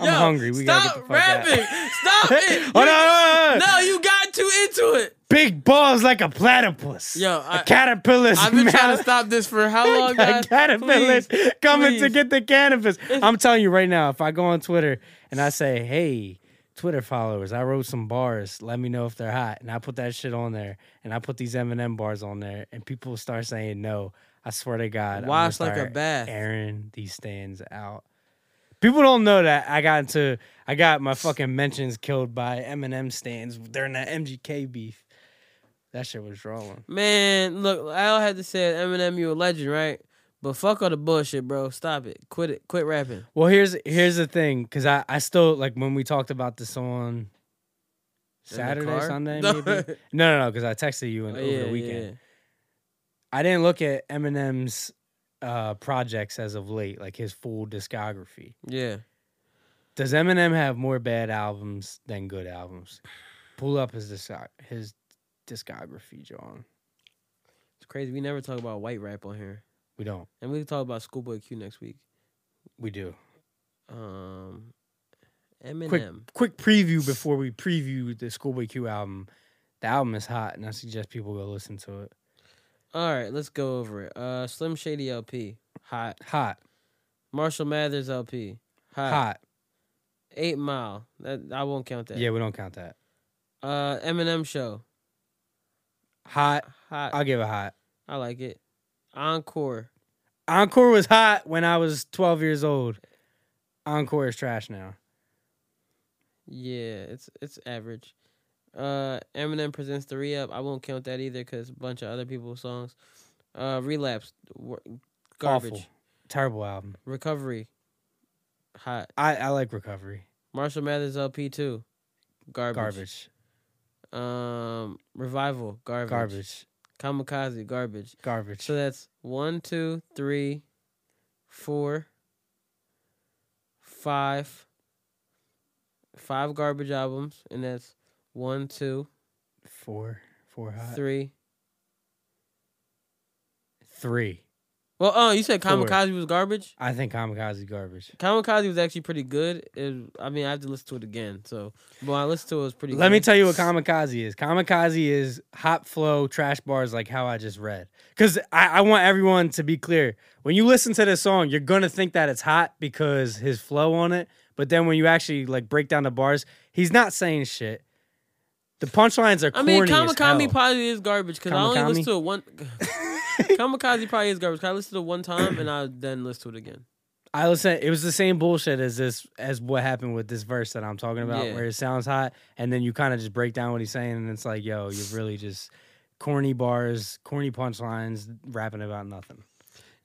E: I'm
A: Yo,
E: hungry. We gotta
A: stop
E: get the fuck out.
A: rapping. Stop it.
E: Hold on, hold on, hold on.
A: No, you got too into it.
E: Big balls like a platypus.
A: Yo,
E: A
A: I-
E: caterpillar's
A: I've been trying
E: mouth.
A: to stop this for how long, guys?
E: caterpillars
A: Oh, Please,
E: coming to
A: please.
E: get the cannabis. I'm telling you right now, if I go on Twitter and I say, "Hey, Twitter followers, I wrote some bars. Let me know if they're hot," and I put that shit on there, and I put these M&M bars on there, and people start saying no. I swear to God, I'm gonna
A: Wash like a
E: start
A: bath.
E: Airing these stands out. People don't know that I got into I got my fucking mentions killed by M&M stands during that MGK beef. That shit was wrong.
A: Man, look, I all had to say it, Eminem, you a legend, right? But fuck all the bullshit, bro. Stop it. Quit it. Quit rapping.
E: Well, here's here's the thing, because I I still like when we talked about this on Saturday,
A: car?
E: Sunday,
A: No.
E: maybe. No, no, no, because I texted you in,
A: Oh,
E: over
A: yeah,
E: the weekend.
A: yeah.
E: I didn't look at Eminem's uh, projects as of late, like his full discography.
A: Yeah.
E: Does Eminem have more bad albums than good albums? Pull up his discog- his discography, John.
A: It's crazy. We never talk about white rap on here.
E: We don't.
A: And we can talk about Schoolboy Q next week.
E: We do.
A: Um Eminem.
E: Quick, quick preview before we preview the Schoolboy Q album. The album is hot, and I suggest people go listen to it.
A: All right, let's go over it. Uh Slim Shady LP. Hot.
E: Hot,
A: Marshall Mathers LP. Hot.
E: hot.
A: Eight Mile. That I won't count that.
E: Yeah, we don't count that.
A: Uh Eminem Show.
E: Hot.
A: Hot. I,
E: I'll give it hot.
A: like it. Encore.
E: Encore was hot when I was 12 years old. Encore is trash now.
A: Yeah, it's it's average. Uh Eminem presents the re up. I won't count that either because a bunch of other people's songs. Uh Relapse. Wor- garbage.
E: Awful. Terrible album.
A: Recovery. Hot.
E: I, I like Recovery.
A: Marshall Mathers LP two. Garbage.
E: Garbage.
A: Um Revival. Garbage.
E: Garbage.
A: Kamikaze. Garbage.
E: Garbage.
A: So that's one, two, three, four, five, five garbage albums, and that's one, two,
E: four. Four hot.
A: three.
E: Three.
A: Well, oh, you said
E: Four.
A: Kamikaze was garbage.
E: I think Kamikaze garbage.
A: Kamikaze was actually pretty good. It, I mean, I have to listen to it again. So, but when I listened to it, it was pretty.
E: Let
A: good.
E: me tell you what kamikaze is. Kamikaze is hop flow trash bars like how I just read. Because I, I want everyone to be clear. When you listen to this song, you're gonna think that it's hot because his flow on it. But then when you actually like break down the bars, he's not saying shit. The punchlines are
A: I
E: corny.
A: mean,
E: as hell.
A: Kamikaze probably is garbage because I only
E: Kamikami?
A: listened to it one. Kamikaze probably is garbage. 'cause I listened to it one time and I then listened to it again.
E: I listen. It was the same bullshit as this as what happened with this verse that I'm talking about,
A: Yeah.
E: where it sounds hot, and then you kind of just break down what he's saying, and it's like, yo, you're really just corny bars, corny punchlines, rapping about nothing.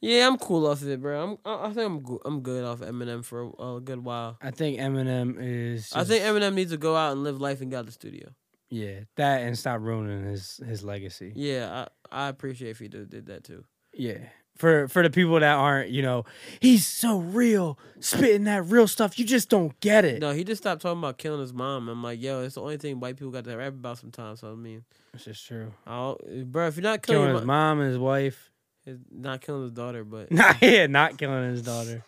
A: Yeah, I'm cool off of it, bro. I'm, I I think I'm go- I'm good off Eminem for a, a good while.
E: I think Eminem is.
A: I think
E: just-
A: Eminem needs to go out and live life and get out the studio.
E: Yeah, that and stop ruining his his legacy.
A: Yeah, I, I appreciate if he did, did that too.
E: Yeah. Yeah. For for the people that aren't, you know, he's so real, spitting that real stuff. You just don't get it.
A: No, he just stopped talking about killing his mom. I'm like, yo, it's the only thing white people got to rap about sometimes. So I mean,
E: This is true.
A: I'll, bro, if you're not killing,
E: Killing
A: your
E: his
A: mo-
E: mom and his wife.
A: it's not killing his daughter, but
E: Not yeah, not killing his daughter.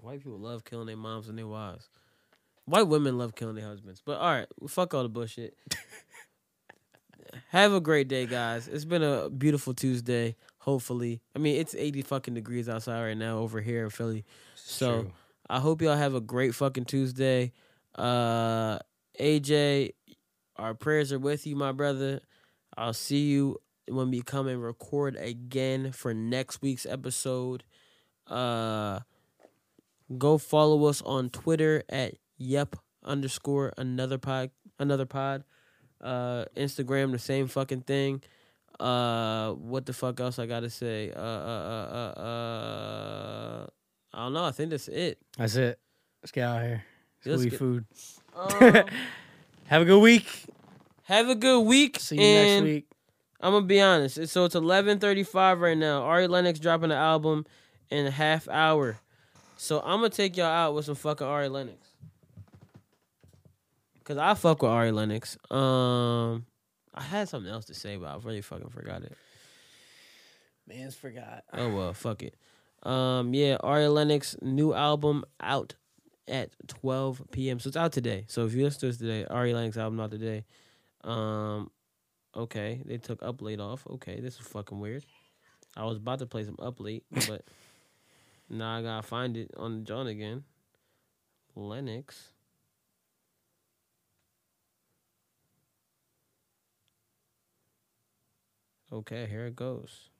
A: white people love killing their moms and their wives. White women love killing their husbands. But all right, fuck all the bullshit. Have a great day, guys. It's been a beautiful Tuesday. Hopefully, I mean it's 80 fucking degrees outside right now over here in Philly. So
E: true.
A: I hope y'all have a great fucking Tuesday. Uh AJ, our prayers are with you, my brother. I'll see you when we come and record again for next week's episode. Uh go follow us on Twitter at yep underscore another pod another pod. Uh Instagram the same fucking thing. Uh what the fuck else I gotta say? Uh uh uh uh, uh I don't know, I think that's it.
E: That's it. Let's get out of here. Let's
A: Let's
E: go eat
A: get-
E: food.
A: Um,
E: Have a good week.
A: Have a good week.
E: See you next
A: and
E: week.
A: I'm gonna be honest. It's- So it's 11:35 right now. Ari Lennox dropping an album in a half hour. So I'm gonna take y'all out with some fucking Ari Lennox. Cause I fuck with Ari Lennox. Um, I had something else to say, but I really fucking forgot it.
E: Man's forgot.
A: Oh well, fuck it. Um, yeah, Ari Lennox new album out at 12 p.m. So it's out today. So if you listen to this today, Ari Lennox album out today. Um, okay, they took up late off. Okay, this is fucking weird. I was about to play some up late, but now I gotta find it on John again. Lennox. Okay, here it goes.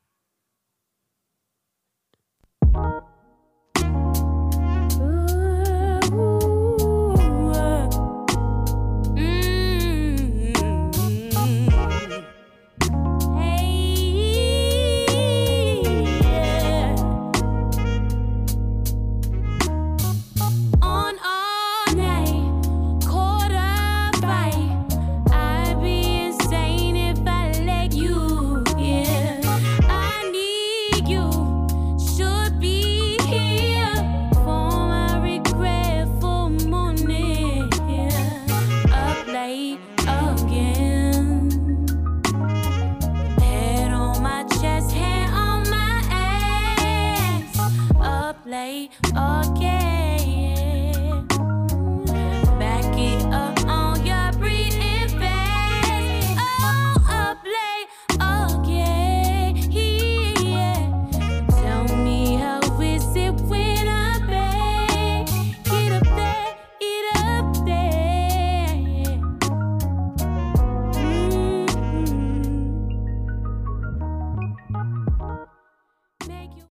I: Should be here for my regretful morning. Up late again. Head on my chest, hand on my ass. Up late again. Oh, Mm-hmm.